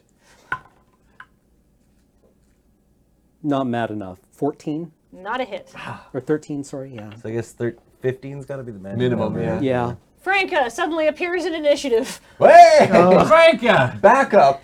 Not mad enough. 14 Not a hit. Ah. or 13, sorry, yeah. So I guess 15's gotta be the Minimum, yeah. Yeah. Franca suddenly appears in initiative. Hey! Oh. Franca! Back up.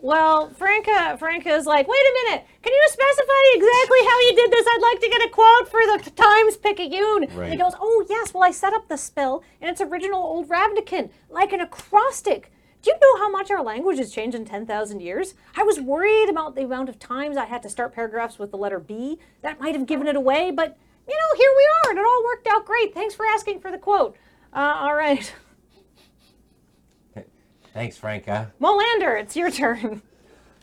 Well, Franca, Franca is like, wait a minute. Can you specify exactly how you did this? I'd like to get a quote for the Times Picayune. Right. He goes, oh yes. Well, I set up the spell in its original Old Ravnican, like an acrostic. Do you know how much our language has changed in ten thousand years? I was worried about the amount of times I had to start paragraphs with the letter B. That might have given it away, but you know, here we are, and it all worked out great. Thanks for asking for the quote. Uh, all right, Thanks, Franca. Molander, it's your turn.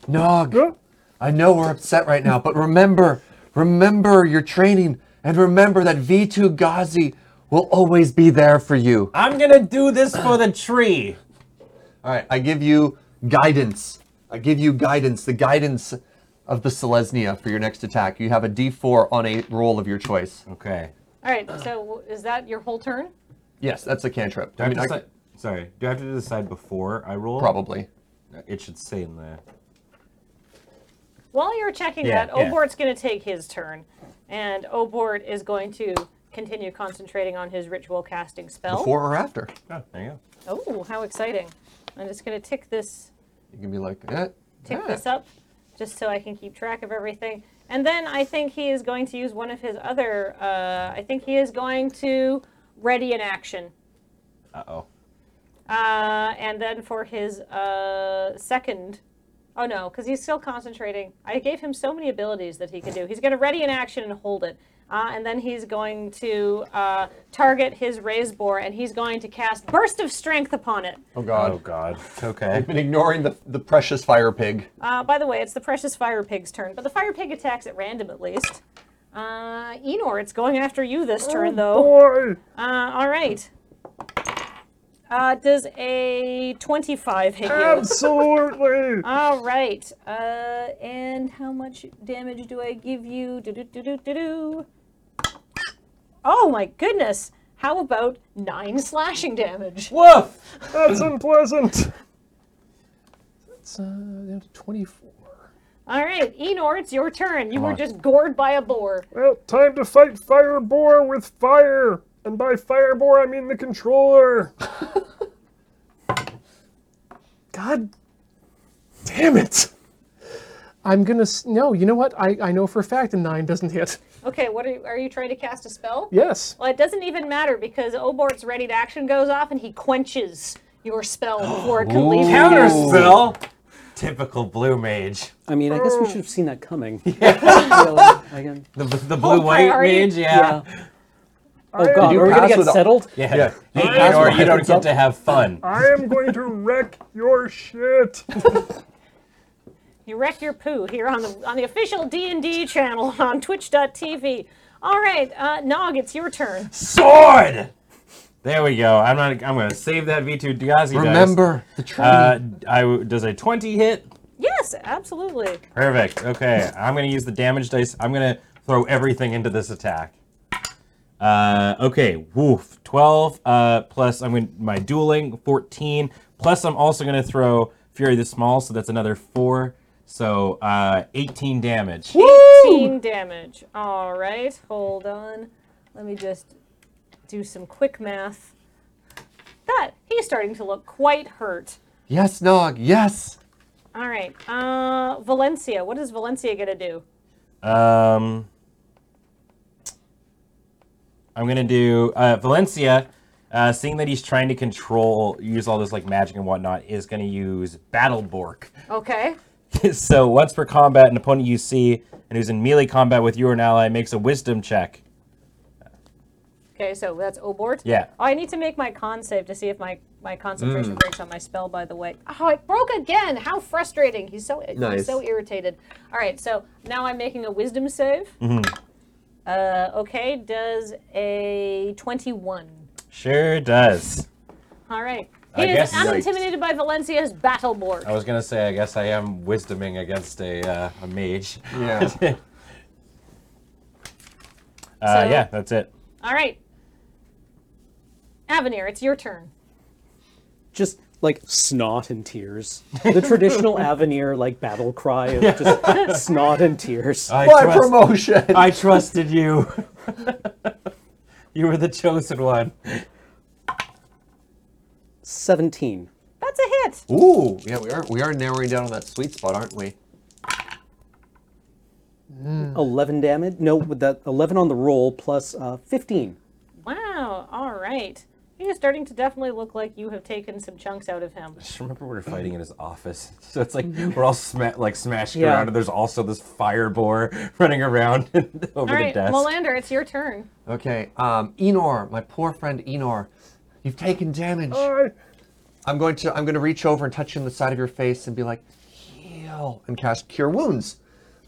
Nog, Huh? I know we're upset right now, but remember, remember your training, and remember that V2 Ghazi will always be there for you. I'm gonna do this for the tree. All right, I give you guidance. I give you guidance, the guidance of the Selesnia for your next attack. You have a d4 on a roll of your choice. Okay. All right, so is that your whole turn? Yes, that's a cantrip. Do I have mean, to decide- Sorry. Do I have to decide before I roll? probably. It should say in there. While you're checking Yeah, that, yeah. Obort's going to take his turn, and Obort is going to continue concentrating on his ritual casting spell. Before or after. Oh, there you go. Oh, how exciting! I'm just going to tick this, You can be like, eh, tick eh. this up, just so I can keep track of everything. And then I think he is going to use one of his other. Uh, I think he is going to ready an action. Uh oh. Uh, and then for his uh, second, oh no, because he's still concentrating. I gave him so many abilities that he could do. He's going to ready an action and hold it. Uh, and then he's going to uh, target his raise boar and he's going to cast Burst of Strength upon it. Oh, God. Oh God. Okay. I've been ignoring the, the precious fire pig. Uh, by the way, it's the precious fire pig's turn, but the fire pig attacks at random at least. Uh, Enor, it's going after you this turn though. Boy, Uh, all right. Uh, does a 25 hit you? absolutely. All right. Uh, and how much damage do I give you? Do-do-do-do-do-do. Oh my goodness! How about nine slashing damage? Woof. That's unpleasant. It's uh, 24. All right, Enor, it's your turn. You were on. just gored by a boar. Well, time to fight Fire Boar with fire. And by Fire Boar, I mean the controller. God damn it. I'm gonna. s- No, you know what? I, I know for a fact a 9 doesn't hit. Okay, what are you, are you trying to cast a spell? Yes. Well, it doesn't even matter because Obort's ready to action goes off and he quenches your spell before it can leave. you. Counter spell. Typical blue mage. I mean, I guess we should have seen that coming. Really, I can- The, the blue white priority. mage. yeah. Yeah. Oh god, you are we gonna pass get with a- settled? Yeah. Yeah. You, Yeah, you- or that's you don't what get happens. to have fun. I am going to wreck your shit. You wreck your poo here on the on the official D and D channel on Twitch.tv. All right, uh, Nog, it's your turn. Sword. There we go. I'm not. I'm gonna save that V2 Diazzi Remember the tree. Uh, I w- does a 20 hit? Yes, absolutely. Perfect. Okay. I'm gonna use the damage dice. I'm gonna throw everything into this attack. Uh, okay. Woof. 12. Uh, plus I'm gonna my dueling 14. Plus I'm also gonna throw Fury the Small, so that's another four. So uh, 18 damage. 18 damage. All right, hold on. Let me just do some quick math. That he's starting to look quite hurt. yes, Nog, yes. All right, uh, Valencia. What is Valencia gonna do? Um, I'm gonna do uh, Valencia. Uh, seeing that he's trying to control, use all this like magic and whatnot, is gonna use Battle Bork. Okay. so once per combat, an opponent you see and who's in melee combat with you or an ally makes a wisdom check. Okay, so that's Obort. Yeah. Mm. Oh, I need to make my con save to see if my my concentration breaks on my spell. By the way. Oh, it broke again. How frustrating. He's so he's Nice. so irritated. All right, so now I'm making a Wisdom save. Mm-hmm. Uh, okay, does a twenty-one. Sure does. All right. He I is guess- Oh, unintimidated by Valencia's battle board. I was gonna say, I guess I am wisdoming against a uh, a mage. Yeah. Uh, So- yeah, that's it. All right. Avenir, it's your turn. Just like snot and tears. The traditional Avenir like battle cry of just snot and tears. I My trust- promotion. I trusted you. you were the chosen one. 17. That's a hit. Ooh, yeah, we are we are narrowing down on that sweet spot, aren't we? 11 damage? No, with that 11 on the roll plus uh, 15. Wow. All right. He is starting to definitely look like you have taken some chunks out of him. Just remember we were fighting in his office, so it's like we're all sma- like smashing Yeah. around, and there's also this fire boar running around over All the right, desk. Molander, it's your turn. Okay. Um, Enor, my poor friend Enor, you've taken damage. I I'm going to I'm going to reach over and touch you on the side of your face and be like, heal, and cast Cure Wounds.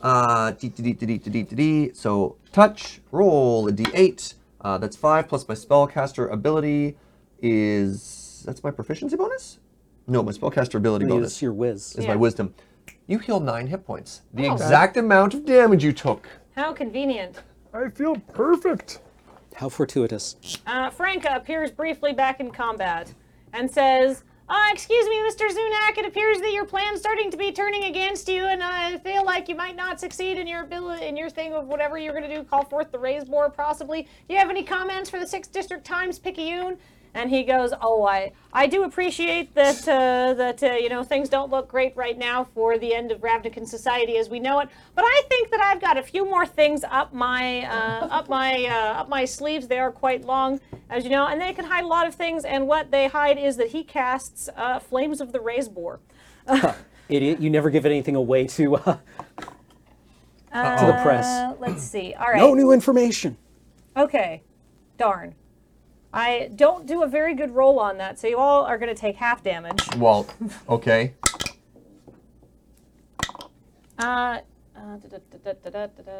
Uh, dee, dee, dee, dee, dee, dee, dee, dee. so touch, roll a d8. Uh, that's five plus my spellcaster ability is that's my proficiency bonus. No, my spellcaster ability bonus Use your whiz. is Yeah. my wisdom. You heal nine hit points, the Oh. exact amount of damage you took. How convenient. I feel perfect. How fortuitous. Uh, Franca appears briefly back in combat and says, uh, Excuse me, Mr. Zunak, it appears that your plan's starting to be turning against you, and I feel like you might not succeed in your ability, in your thing of whatever you're going to do, call forth the raise boar, possibly. Do you have any comments for the 6th District Times Picayune? And he goes, "Oh, I, I do appreciate that uh, that uh, you know things don't look great right now for the end of Ravnican society as we know it. But I think that I've got a few more things up my uh, up my uh, up my sleeves. They are quite long, as you know, and they can hide a lot of things. And what they hide is that he casts uh, flames of the raise boar. Idiot, you never give anything away to, uh, to the press. Uh, let's see. All right. No new information. Okay. Darn. I don't do a very good roll on that, so you all are going to take half damage. Well, okay. Uh, uh, da- da- da- da- da- da- da.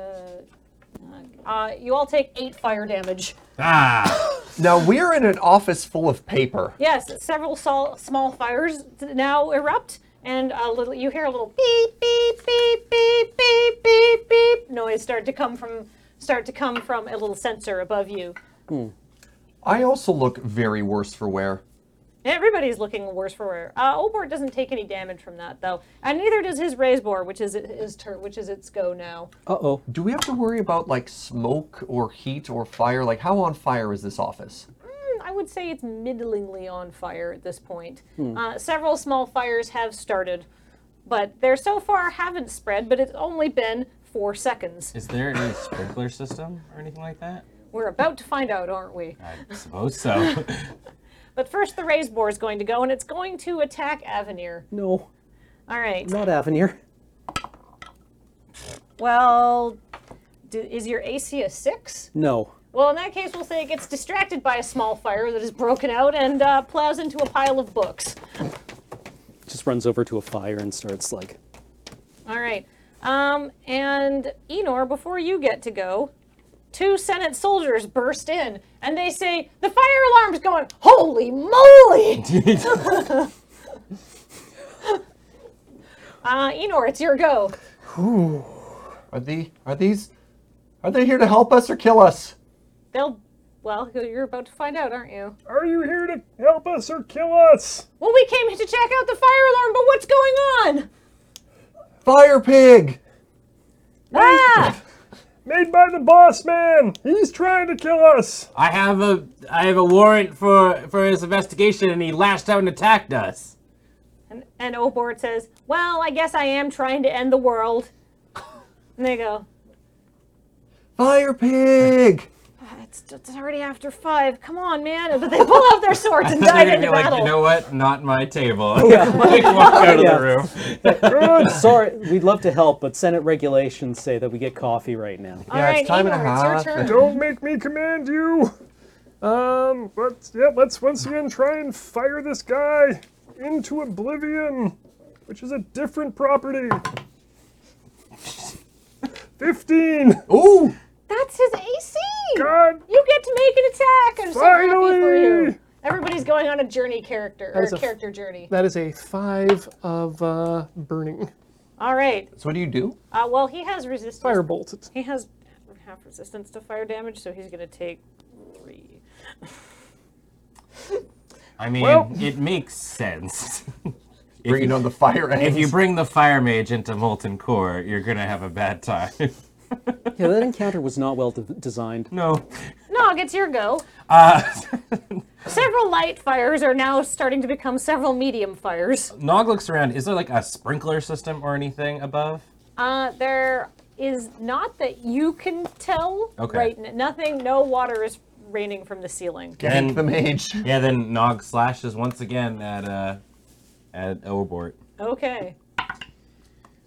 Uh, you all take eight fire damage. Ah, Now we're in an office full of paper. Yes, several sol- small fires now erupt, and a little. You hear a little beep, beep, beep, beep, beep, beep, beep noise start to come from start to come from a little sensor above you. I also look very worse for wear. Everybody's looking worse for wear. Uh, Olbort doesn't take any damage from that though, and neither does his raise boar, which is his tur- which is its go now. Uh oh. Do we have to worry about like smoke or heat or fire? Like, how on fire is this office? I would say it's middlingly on fire at this point. Uh, several small fires have started, but they're so far haven't spread, but it's only been four seconds. is there any sprinkler system or anything like that? We're about to find out, aren't we? I suppose so. But first, the raise boar is going to go, and it's going to attack Avenir. No, All right. not Avenir. Well, do, is your AC a six? No. Well, in that case, we'll say it gets distracted by a small fire that is broken out and uh, plows into a pile of books. Just runs over to a fire and starts like All right. Um, and Enor, before you get to go, two Senate soldiers burst in and they say, The fire alarm's going, holy moly! Uh, Enor, it's your go. Are they? Are these? Are they here to help us or kill us? They'll, well, you're about to find out, aren't you? Are you here to help us or kill us? Well, we came to check out the fire alarm, but what's going on? Fire pig! Ah! Made by the boss man. He's trying to kill us. I have a I have a warrant for for his investigation, and he lashed out and attacked us. And, and Obort says, Well, I guess I am trying to end the world. And they go, Fire pig! It's, it's already after five. Come on, man. But they pull out their swords and dive gonna be into like, battle. you know what? Not my table. like walk out of Yeah. the room. Sorry, we'd love to help, but Senate regulations say that we get coffee right now. All Yeah, right, it's time and a Igor, it's your turn. half. Don't make me command you. Um, but yeah, let's once again try and fire this guy into oblivion, which is a different property. Fifteen. Ooh! That's his AC. God, You get to make an attack. I'm so happy for you. Finally! Everybody's going on a journey character or is a f- character journey. that is a five of uh, burning. All right. So what do you do? Uh, well, he has resistance. Firebolt it. He has half resistance to fire damage, so he's going to take three. I mean, Well- it makes sense. If Bringing you- on the fire ants. If you bring the fire mage into molten core, you're gonna have a bad time. Yeah, that encounter was not well de- designed. no. No, it gets your go. several light fires are now starting to become several medium fires. Nog looks around. Is there like a sprinkler system or anything above? Uh, there is not that you can tell. Okay. Right. n- Nothing. No water is raining from the ceiling. Gank And- the mage. Yeah, then Nog slashes once again at uh at Obort. Okay.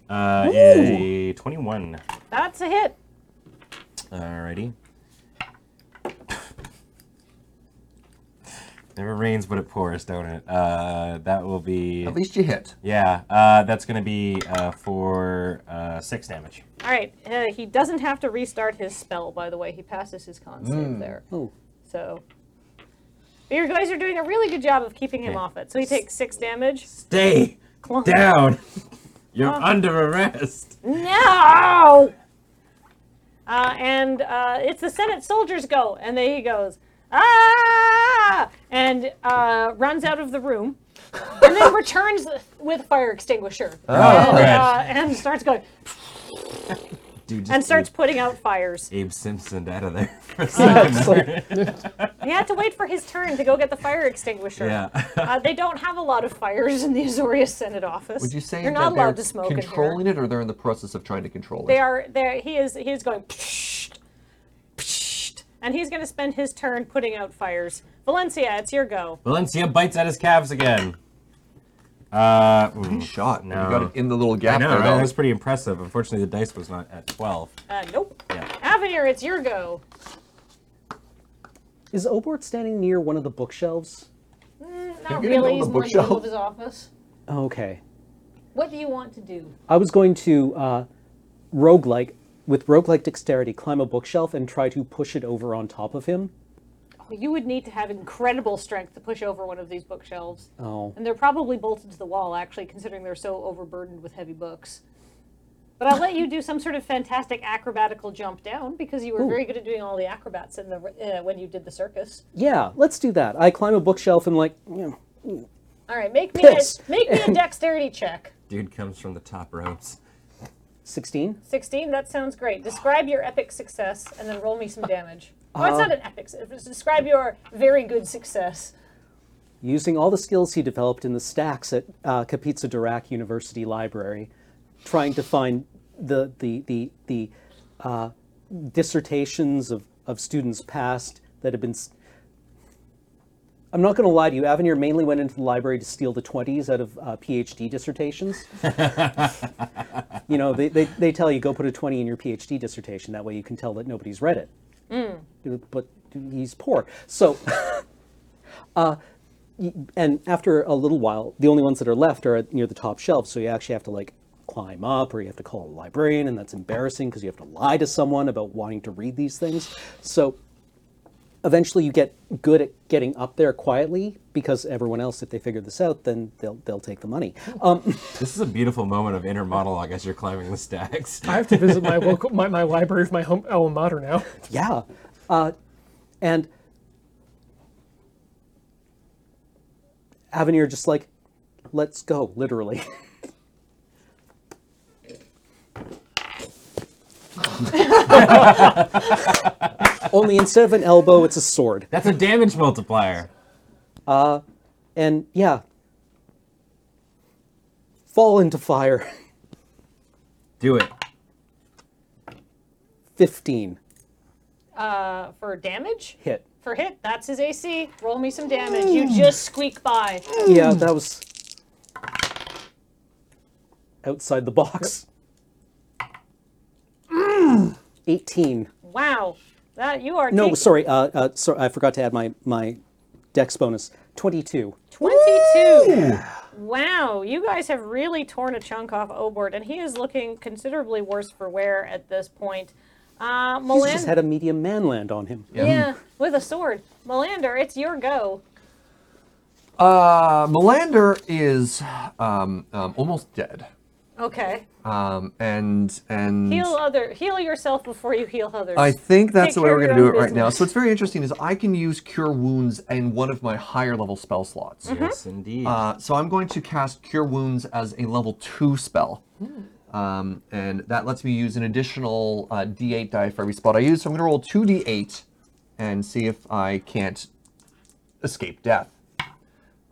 Uh a twenty-one. That's a hit. Alrighty. Never rains but it pours, don't it? Uh that will be At least you hit. Yeah, uh, that's gonna be uh, for uh, six damage. All right. Uh, he doesn't have to restart his spell, by the way. He passes his con save Hmm. there. Oh, So. But you guys are doing a really good job of keeping him Okay. off it. So he takes six damage. Stay Clunk. down. You're under arrest. No! Uh, and uh, it's the Senate soldiers go, and there he goes, ah! And uh, runs out of the room, and then returns with fire extinguisher, Oh, and, right. uh, and starts going Dude, just and starts Abe, putting out fires. Abe Simpson out of there. For a second there. He had to wait for his turn to go get the fire extinguisher. yeah. Uh, they don't have a lot of fires in the Azorius Senate office. Would you say you're that not they're allowed to smoke in here? controlling it, or they're in the process of trying to control They it? are there. He is. He is going. Psht, psht, and he's going to spend his turn putting out fires. Valencia, it's your go. Valencia bites at his calves again. Uh, Nice mm, shot. No. You got it in the little I gap know, there. right? though. That was pretty impressive. Unfortunately, the dice was not at 12. Uh, nope. Yeah. Avenir, it's your go. is Obort standing near one of the bookshelves? Not you didn't really. know He's the more in the middle bookshelf. of his office. Oh, okay, What do you want to do? I was going to uh, roguelike with roguelike dexterity climb a bookshelf and try to push it over on top of him. Oh, you would need to have incredible strength to push over one of these bookshelves. Oh, And they're probably bolted to the wall, actually, considering they're so overburdened with heavy books. But I'll let you do some sort of fantastic acrobatical jump down because you were very good at doing all the acrobats in the uh, when you did the circus. yeah, let's do that. I climb a bookshelf and like, yeah, All right, make me Piss. a, make me a dexterity check. Dude comes from the top ropes. sixteen. Sixteen. That sounds great. Describe your epic success, and then roll me Uh, some damage. Oh, it's not an epic. su- it's- Describe your very good success. Using all the skills he developed in the stacks at uh, Kapitsa Dirac University Library, trying to find the the the the uh, dissertations of of students past that have been. s I'm not going to lie to you. Avenir mainly went into the library to steal the 20s out of uh, PhD dissertations. you know, they, they, they tell you go put a 20 in your PhD dissertation. That way you can tell that nobody's read it. But he's poor. So and after a little while, the only ones that are left are near the top shelf. So you actually have to like climb up, or you have to call a librarian, and that's embarrassing because you have to lie to someone about wanting to read these things. So eventually, you get good at getting up there quietly because everyone else, if they figure this out, then they'll they'll take the money. Um, This is a beautiful moment of inner monologue as you're climbing the stacks. I have to visit my local, my, my library of my home alma mater now. yeah, uh, and Avenir just like, let's go, literally. Only instead of an elbow, it's a sword. That's a damage multiplier. And yeah, fall into fire. Do it. 15. uh, for damage. Hit. Mm. For hit, that's his AC. Roll me some damage. You just squeak by. Yeah, that was outside the box. 18. Wow, that you are No, taking sorry. Uh, uh, sorry, I forgot to add my my dex bonus. 22. 22. Wow, you guys have really torn a chunk off Obert, and he is looking considerably worse for wear at this point. Uh, He's Melan- just had a medium man land on him. yeah, with a sword. Melander, it's your go. Uh, Melander is um, um, almost dead. Okay. Um, and and Heal other. Heal yourself before you heal others. I think that's Take the way care we're of going to do your it own right now. business. So what's very interesting is I can use Cure Wounds in one of my higher level spell slots. Mm-hmm. Yes, indeed. Uh, so I'm going to cast Cure Wounds as a level two spell. Hmm. Um, and that lets me use an additional uh, d8 die for every spot I use. So I'm going to roll 2d8 and see if I can't escape death.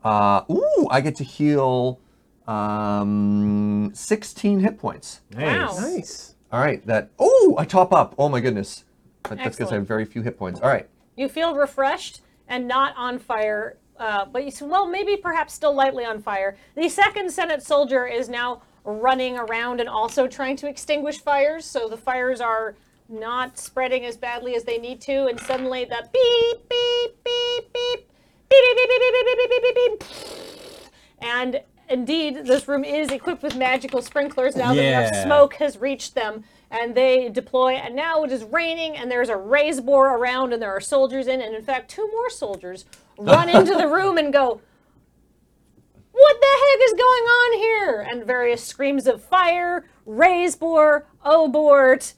Uh, ooh, I get to heal um, 16 hit points. Wow. Nice. All right, that. Oh, I top up. Oh my goodness. That, that's because I Excellent. have very few hit points. All right. You feel refreshed and not on fire, uh, but you, s- well, maybe perhaps still lightly on fire. The second Senate soldier is now running around and also trying to extinguish fires, so the fires are not spreading as badly as they need to. And suddenly, the beep, beep, beep, beep, beep, beep, beep, beep, beep, beep, beep, beep, beep, beep. and indeed, this room is equipped with magical sprinklers now that Yeah. enough smoke has reached them and they deploy and now it is raining and there's a raise bore around and there are soldiers in and in fact two more soldiers run into the room and go what the heck is going on here and various screams of fire raise bore obort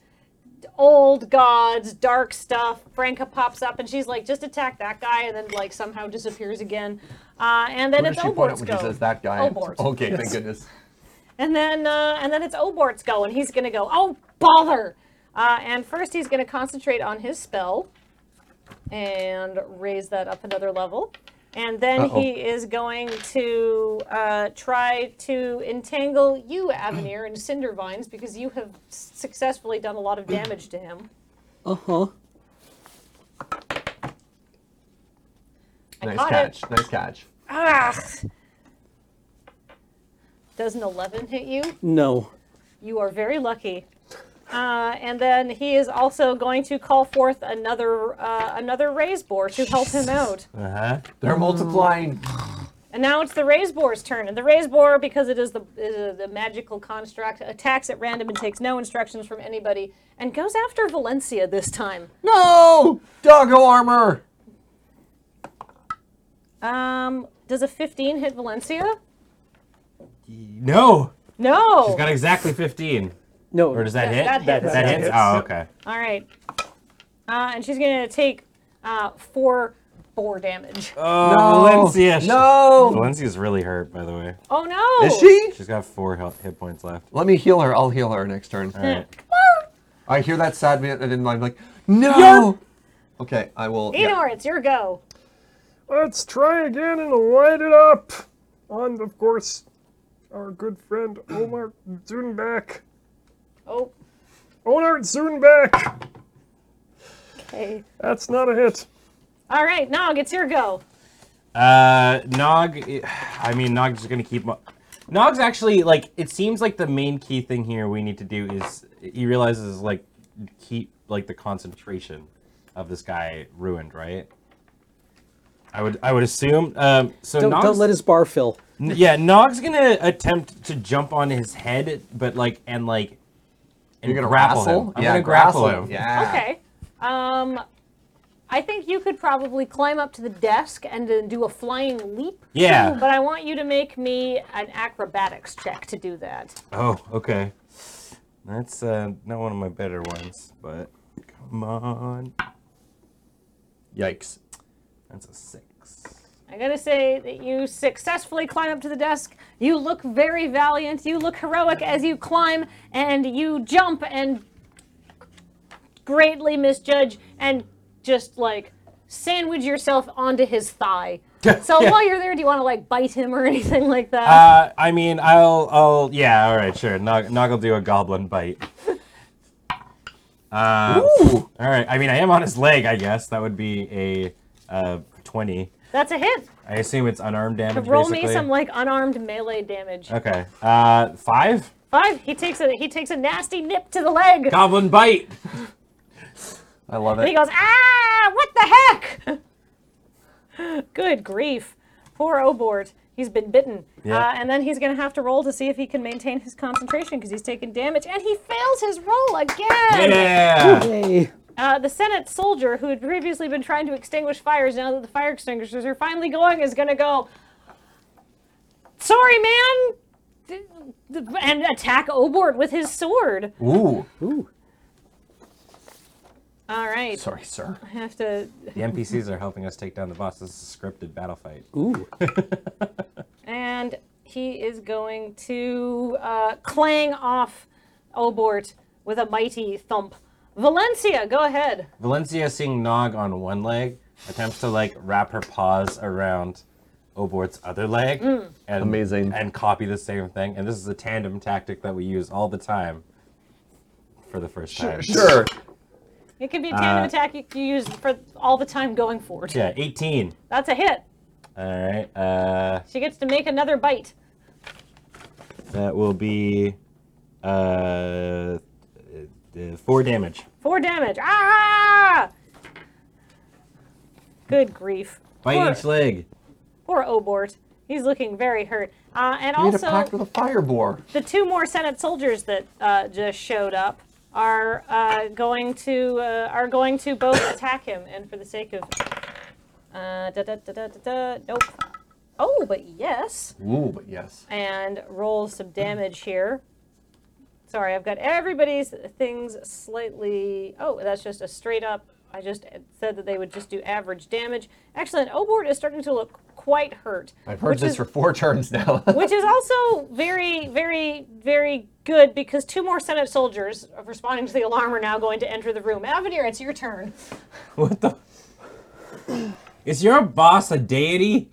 old gods dark stuff franca pops up and she's like just attack that guy and then like somehow disappears again uh, and then Where it's does she point out obort's when go she says that guy? Oh, Obort. Okay, thank goodness. and then uh, and then it's Obort's go, and he's gonna go, oh bother! Uh, and first he's gonna concentrate on his spell and raise that up another level. And then Uh-oh. he is going to uh, try to entangle you, Avenir, in cinder vines because you have s- successfully done a lot of damage to him. Uh huh. Nice caught it. catch. Nice catch. Ah! Does an 11 hit you? No. You are very lucky. Uh, and then he is also going to call forth another uh, another raise boar to help him out. Uh-huh. Mm. They're multiplying. And now it's the raise boar's turn. And the raise boar, because it is the it is the magical construct, attacks at random and takes no instructions from anybody, and goes after Valencia this time. No! Doggo armor! Um, does a 15 hit Valencia? No. No. Got exactly 15. No. Or does that That- hit? that hits. That That hits? Oh, okay. All right. Uh, and she's going to take uh, four boar damage. Uh, Oh, No. Valencia. No! Valencia's really hurt, by the way. Oh no! Is she? She's got four health- hit points left. Let me heal her. I'll heal her next turn. All right. I hear that sad man, and then I'm like, no! Okay, I will. yeah. Enor, it's your go. Let's try again and light it up. On, of course, our good friend Omar Zunback. Oh, Onar Zunback. okay. That's not a hit. All right, Nog, it's your go. Uh, Nog, I mean, Nog's just gonna keep. mo- Nog's actually like. It seems like the main key thing here we need to do is he realizes like keep like the concentration of this guy ruined, right? I would I would assume. Um, so Don't, Nog's, don't let his bar fill. N- yeah, Nog's gonna attempt to jump on his head, but like and like. And You're gonna grapple wrestle? him. I'm yeah, gonna grapple, grapple. him. Yeah. Okay. Um, I think you could probably climb up to the desk and then do a flying leap. Yeah. But I want you to make me an acrobatics check to do that. Oh, okay. That's uh, not one of my better ones, but come on. Yikes. That's a six. I gotta say that you successfully climb up to the desk. You look very valiant. You look heroic as you climb and you jump and greatly misjudge and just like sandwich yourself onto his thigh. So while you're there, do you want to like bite him or anything like that? Uh, I mean, I'll, I'll, yeah, all right, sure. Nog, Nog will do a goblin bite. Uh, All right. I mean, I am on his leg, I guess. That would be a uh, 20. That's a hit. I assume it's unarmed damage. Roll basically. me some like unarmed melee damage. Okay. Uh, five? Five. He takes a he takes a nasty nip to the leg. Goblin bite. I love And he it. goes, ah, what the heck? Good grief. Poor Obort. He's been bitten. Yeah. Uh, and then he's going to have to roll to see if he can maintain his concentration because he's taken damage. And he fails his roll again. Yeah. Yay. Uh, the Senate soldier who had previously been trying to extinguish fires, now that the fire extinguishers are finally going, is going to go, sorry, man. th- th- And attack Obort with his sword. Ooh. All right. Sorry, sir. I have to The NPCs are helping us take down the boss. This is a scripted battle fight. Ooh. and he is going to uh, clang off Obort with a mighty thump. Valencia, go ahead. Valencia, seeing Nog on one leg, attempts to like wrap her paws around Obort's other leg Mm. and Amazing. and copy the same thing. And this is a tandem tactic that we use all the time for the first time. Sure. It can be a tandem Uh, attack you can use for all the time going forward. Yeah, 18. That's a hit. All right. Uh, She gets to make another bite. that will be uh, uh, four damage. Four damage. Ah! Good grief. By poor, each leg. poor Obort. He's looking very hurt. Uh, and You need a also. pact with a fire boar. the two more Senate soldiers that uh, just showed up are uh, going to uh, are going to both attack him, and for the sake of uh, da, da, da, da, da, da, nope. Oh, but yes, Ooh, but yes. and roll some damage here. Sorry, I've got everybody's things slightly. Oh, that's just a straight up. I just said that they would just do average damage. Excellent. Obord is starting to look quite hurt. I've heard which this is- for four turns now. which is also very, very, very good because two more Senate soldiers responding to the alarm are now going to enter the room. Avenir, it's your turn. What the? Is your boss a deity?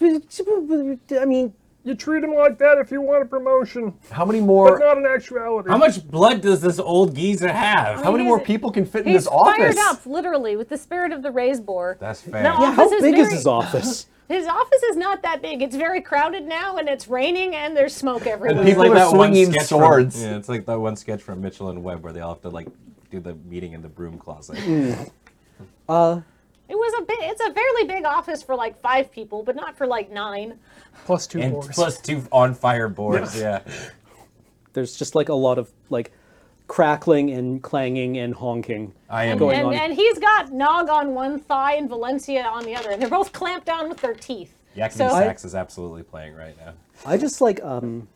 I mean, You treat him like that if you want a promotion, How many but more? not in actuality. How much blood does this old geezer have? How many He's- more people can fit in He's this fired office? up, literally, with the spirit of the raise boar. That's fair. The Yeah, how office is big is very- his office? His office is not that big. It's very crowded now, and it's raining, and there's smoke everywhere. people are one swinging sketch swords. From, yeah, it's like that one sketch from Mitchell and Webb where they all have to like do the meeting in the broom closet. It was a bit. It's a fairly big office for like five people, but not for like nine. Plus two and boars. plus two on fire boards. Yeah. There's just like a lot of like crackling and clanging and honking. I am. Going And, on. and he's got Nog on one thigh and Valencia on the other, and they're both clamped down with their teeth. Yakety So- Sax is absolutely playing right now. I just like um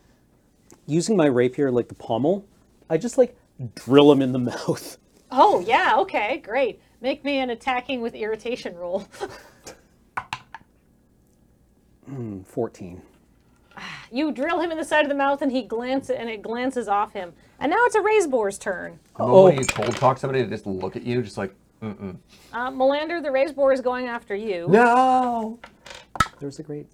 using my rapier like the pommel. I just like drill him in the mouth. Oh yeah, okay, great. Make me an attacking with irritation roll. 14. you drill him in the side of the mouth, and he glances, and it glances off hhim. And now it's a raise boar's turn. Remember when you cold talk somebody to just look at you, just like, Uh, Melander, the raise boar is going after you, no. There's a great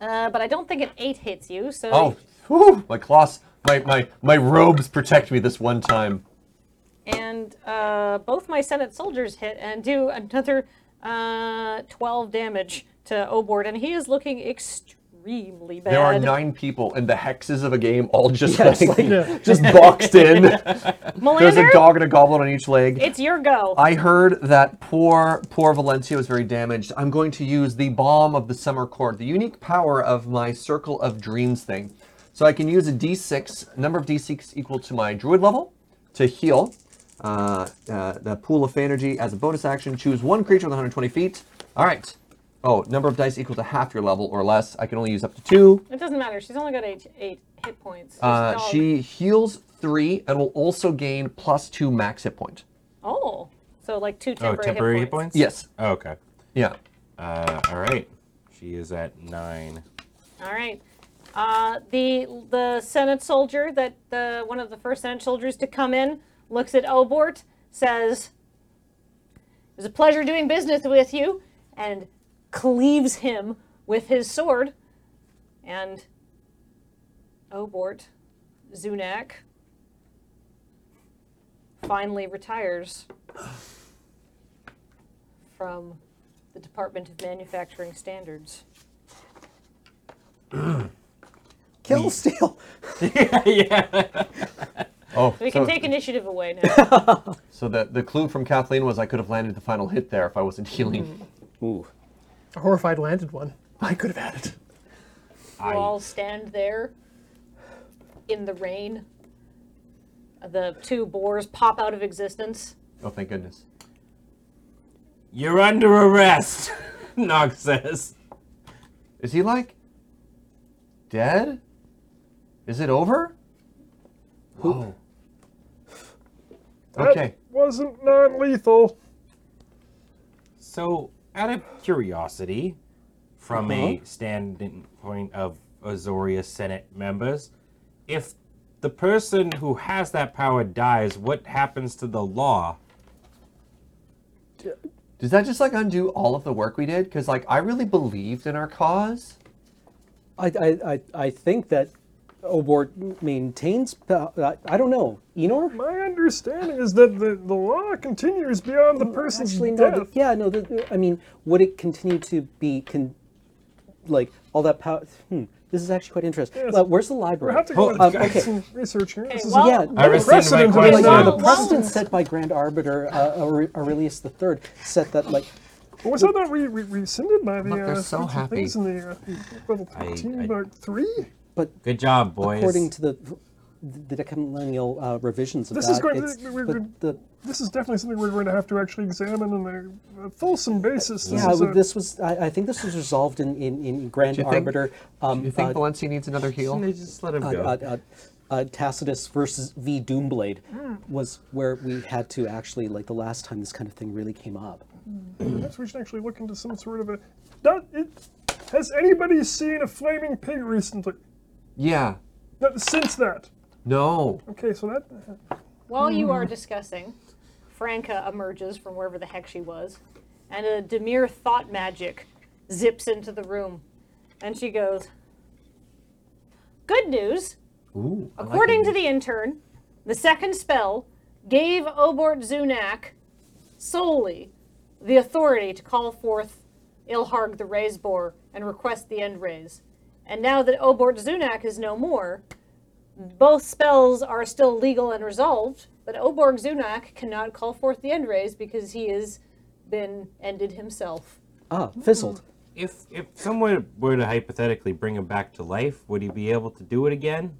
uh, but I don't think an eight hits you. So Oh, whew, my cloths, my, my, my robes protect me this one time. and uh, both my Senate soldiers hit and do another uh, twelve damage to Obord, and he is looking extremely bad. There are nine people, and the hexes of a game all just Yeah, it's like, like- just boxed in. There's a Melander, dog and a goblin on each leg. it's your go. I heard that poor, poor Valencia was very damaged. I'm going to use the Balm of the Summer Court, the unique power of my Circle of Dreams thing. So I can use a D6, number of D6 equal to my Druid level, to heal uh, uh, the Pool of Fey Energy as a bonus action. Choose one creature with 120 feet. All right. Oh, number of dice equal to half your level or less. I can only use up to two. it doesn't matter. She's only got eight, eight hit points. She's Uh, dog. she heals three and will also gain plus two max hit point. Oh, so like two Oh, temporary, temporary hit points. Yes. Oh, okay. Yeah. Uh, all right. She is at nine. All right. Uh, the the Senate soldier that the one of the first Senate soldiers to come in looks at Obort, says, "It was a pleasure doing business with you," and cleaves him with his sword. And Obort, Zunak, finally retires from the Department of Manufacturing Standards. Kill steal. Oh, We so, can take initiative away now. so the, the clue from Kathleen was I could have landed the final hit there if I wasn't healing. Ooh. Or if I'd landed one, I could have had it. you all stand there in the rain. The two boars pop out of existence. Oh, thank goodness. You're under arrest, Nog says. Is he like dead? Is it over? Whoa. That Okay. wasn't non-lethal. So, out of curiosity, from Uh-huh. a standpoint of Azoria Senate members, if the person who has that power dies, what happens to the law? Does that just like undo all of the work we did? Because like I really believed in our cause. I, I, I, I think that Obort maintains. pow- I, I don't know. Enor? My understanding is that the, the law continues beyond the person's Actually, no. death. the- yeah, no. The, I mean, would it continue to be con- like all that power? Hmm. This is actually quite interesting. Yes. Well, where's the library? We have to go Oh, and um, okay. do some research here. This is well- yeah. I rescind my precedent But, is like, question. yeah, not. the Well- precedent set by Grand Arbiter uh, Aure- Aurelius III set that like Well, was that not re- re- rescinded by the Look, they're uh, so what's the happy. things in the uh, level I- thirteen I- about three? but Good job, boys. according to the the decennial uh, revisions of This that, is going- it's- we- we- we- but the This is definitely something we're going to have to actually examine on a, a fulsome basis. This yeah, is uh, well, a- this was I, I think this was resolved in in, in Grand Do you think- Arbiter. um, Do you think uh, Valencia needs another heal? Shouldn't they just let him uh, go? uh, uh, uh, Tacitus versus V Doomblade Hmm. was where we had to actually like the last time this kind of thing really came up. Perhaps we should actually look into some sort of a. Not, it, has anybody seen a flaming pig recently? Yeah. No, since that. No. Okay, so that. While you are discussing, Franca emerges from wherever the heck she was, and a demure thought magic zips into the room. And she goes, Good news! Ooh. I like According it. to the intern, the second spell gave Obort Zunak solely the authority to call forth Ilharg the Raisebor and request the end raise. And now that Obort Zunak is no more, both spells are still legal and resolved, but Oborg Zunak cannot call forth the end raise because he has been ended himself. Ah, fizzled. Hmm. if if someone were to hypothetically bring him back to life, would he be able to do it again?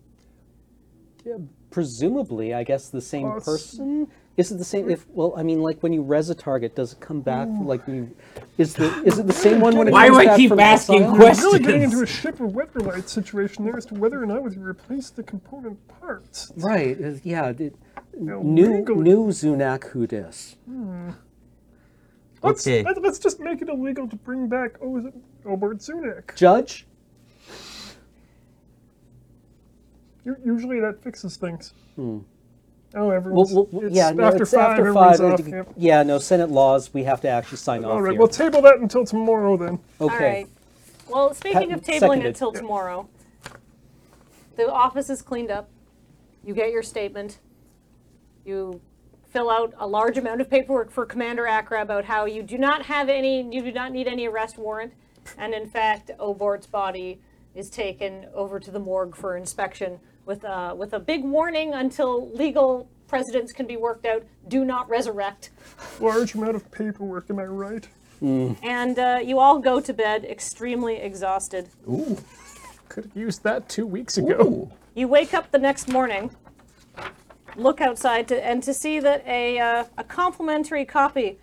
Presumably, I guess the same Us. person. Is it the same? If well, I mean, like when you res a target, does it come back? Like you, is the is it the same one when it Why comes do I back keep from asking exile? questions? Really getting into a ship of Wetterlight situation there as to whether or not we can replace the component parts. Right. is- Yeah. The, Now, new legally- new Zunak Hudis. Let's, Okay. let, us just make it illegal to bring back oh, is it Obert Zunik. Judge. U- Usually that fixes things. Oh, Well, everyone's. Hmm. well, well, it's yeah. no, after it's five, after everyone's five. uh, off. d- yep. Yeah. No Senate laws. We have to actually sign off All right, here. we'll table that until tomorrow then. okay. All right. Well, speaking of Pat- tabling seconded. until tomorrow, the office is cleaned up. You get your statement. You fill out a large amount of paperwork for Commander Akra about how you do not have any, you do not need any arrest warrant, and in fact, Obort's body is taken over to the morgue for inspection with a, with a big warning until legal precedents can be worked out. Do not resurrect. Large amount of paperwork, am I right? And uh, you all go to bed extremely exhausted. Ooh. Could have used that two weeks ago. Ooh. You wake up the next morning, look outside, to, and to see that a, uh, a complimentary copy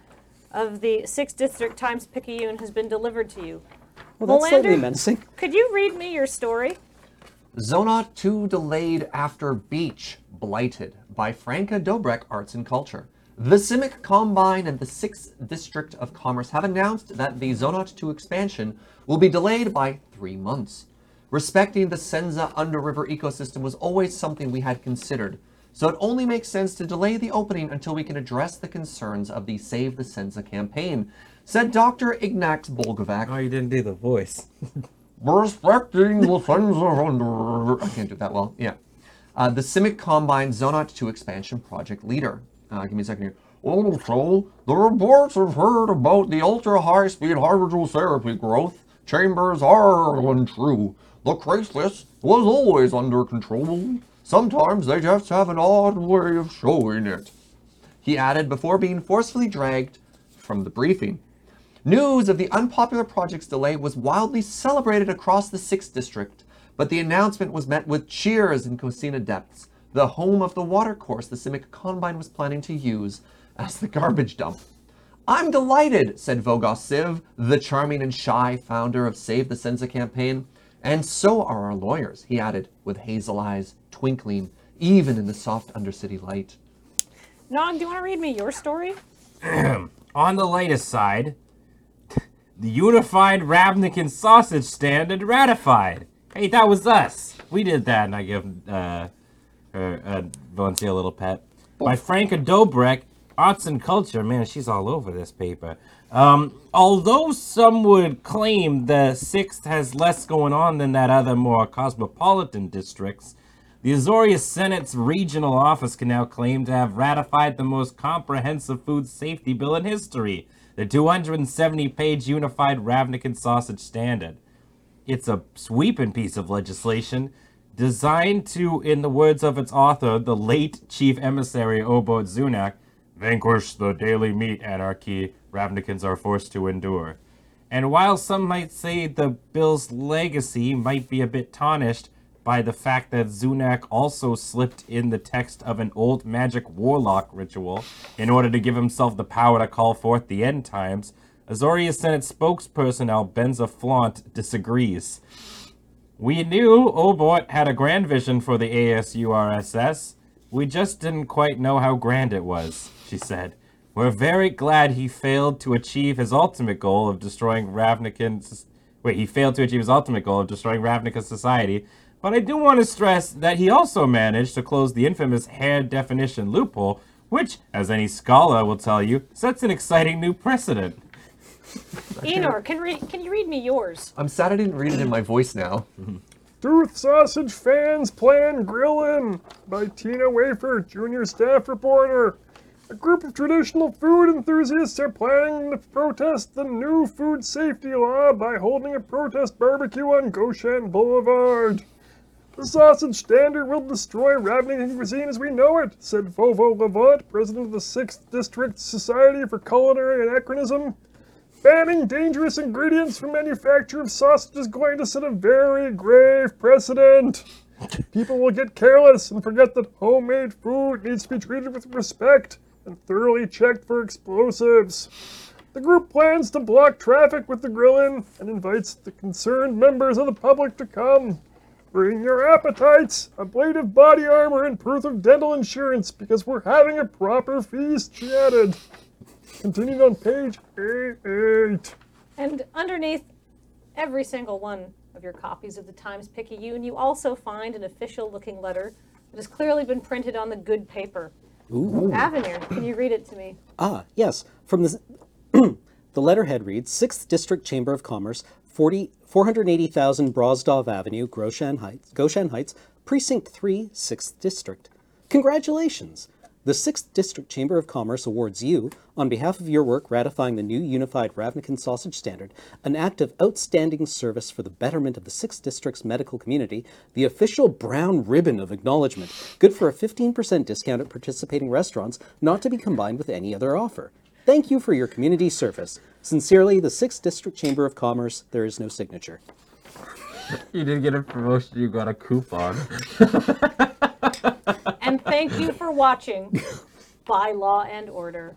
of the 6th District Times Picayune has been delivered to you. Well, that's slightly Melander? menacing. Could you read me your story? Zonot 2 delayed after beach, blighted by Franca Dobrek Arts and Culture. The Simic Combine and the 6th District of Commerce have announced that the Zonot 2 expansion will be delayed by three months. Respecting the Senza Underriver ecosystem was always something we had considered, so it only makes sense to delay the opening until we can address the concerns of the Save the Senza campaign, said Dr. Ignax Bolgovac. Oh, you didn't do the voice. Respecting the friends of under. I can't do that well. Yeah. Uh, the Simic Combine Zonot 2 expansion project leader. Uh, Uh, give me a second here. Also, the reports I've heard about the ultra high speed hydrogel therapy growth chambers are untrue. The Craigslist was always under control. Sometimes they just have an odd way of showing it. He added before being forcefully dragged from the briefing. News of the unpopular project's delay was wildly celebrated across the 6th District, but the announcement was met with cheers in Cosina Depths, the home of the watercourse the Simic Combine was planning to use as the garbage dump. I'm delighted, said Vogos Siv, the charming and shy founder of Save the Senza campaign. And so are our lawyers, he added, with hazel eyes twinkling even in the soft undercity light. Nog, do you want to read me your story? On the latest side, the Unified Ravnikan Sausage Stand had ratified. Hey, that was us. We did that, and I give uh, her, uh, Valencia a little pet. By Franka Dobrek, Arts and Culture. Man, she's all over this paper. Um, although some would claim the 6th has less going on than that other more cosmopolitan districts, the Azorius Senate's regional office can now claim to have ratified the most comprehensive food safety bill in history, the 270 page Unified Ravnikan Sausage Standard. It's a sweeping piece of legislation designed to, in the words of its author, the late chief emissary Obod Zunak, vanquish the daily meat anarchy Ravnikans are forced to endure. And while some might say the bill's legacy might be a bit tarnished by the fact that Zunak also slipped in the text of an old magic warlock ritual in order to give himself the power to call forth the end times, Azorius Senate spokesperson Albenza Flaunt disagrees. We knew Obort had a grand vision for the ASURSS. We just didn't quite know how grand it was, she said. We're very glad he failed to achieve his ultimate goal of destroying Ravnikan. Wait, he failed to achieve his ultimate goal of destroying Ravnica society. But I do want to stress that he also managed to close the infamous hair definition loophole, which, as any scholar will tell you, sets an exciting new precedent. Enor, can re- can you read me yours? I'm sad I didn't read it in my voice now. Tooth Sausage Fans Plan Grillin' by Tina Wafer, junior staff reporter. A group of traditional food enthusiasts are planning to protest the new food safety law by holding a protest barbecue on Goshen Boulevard. The sausage standard will destroy Ravnikan cuisine as we know it, said Vovo Levant, president of the 6th District Society for Culinary Anachronism. Banning dangerous ingredients from manufacture of sausage is going to set a very grave precedent. People will get careless and forget that homemade food needs to be treated with respect and thoroughly checked for explosives. The group plans to block traffic with the grillin and invites the concerned members of the public to come. Bring your appetites, ablative body armor, and proof of dental insurance because we're having a proper feast, she added. Continued on page A8. And underneath every single one of your copies of the Times Picayune, you also find an official looking letter that has clearly been printed on the good paper. Avenir, can you read it to me? Ah, yes. From the, the letterhead reads 6th District Chamber of Commerce, 40, 480,000 Brozdov Avenue, Goshen Heights, Goshen Heights, Precinct 3, 6th District. Congratulations! The 6th District Chamber of Commerce awards you, on behalf of your work ratifying the new Unified Ravnikan Sausage Standard, an act of outstanding service for the betterment of the 6th District's medical community, the official brown ribbon of acknowledgement, good for a 15% discount at participating restaurants, not to be combined with any other offer. Thank you for your community service. Sincerely, the 6th District Chamber of Commerce. There is no signature. You didn't get a promotion, you got a coupon. And thank you for watching By Law and Order.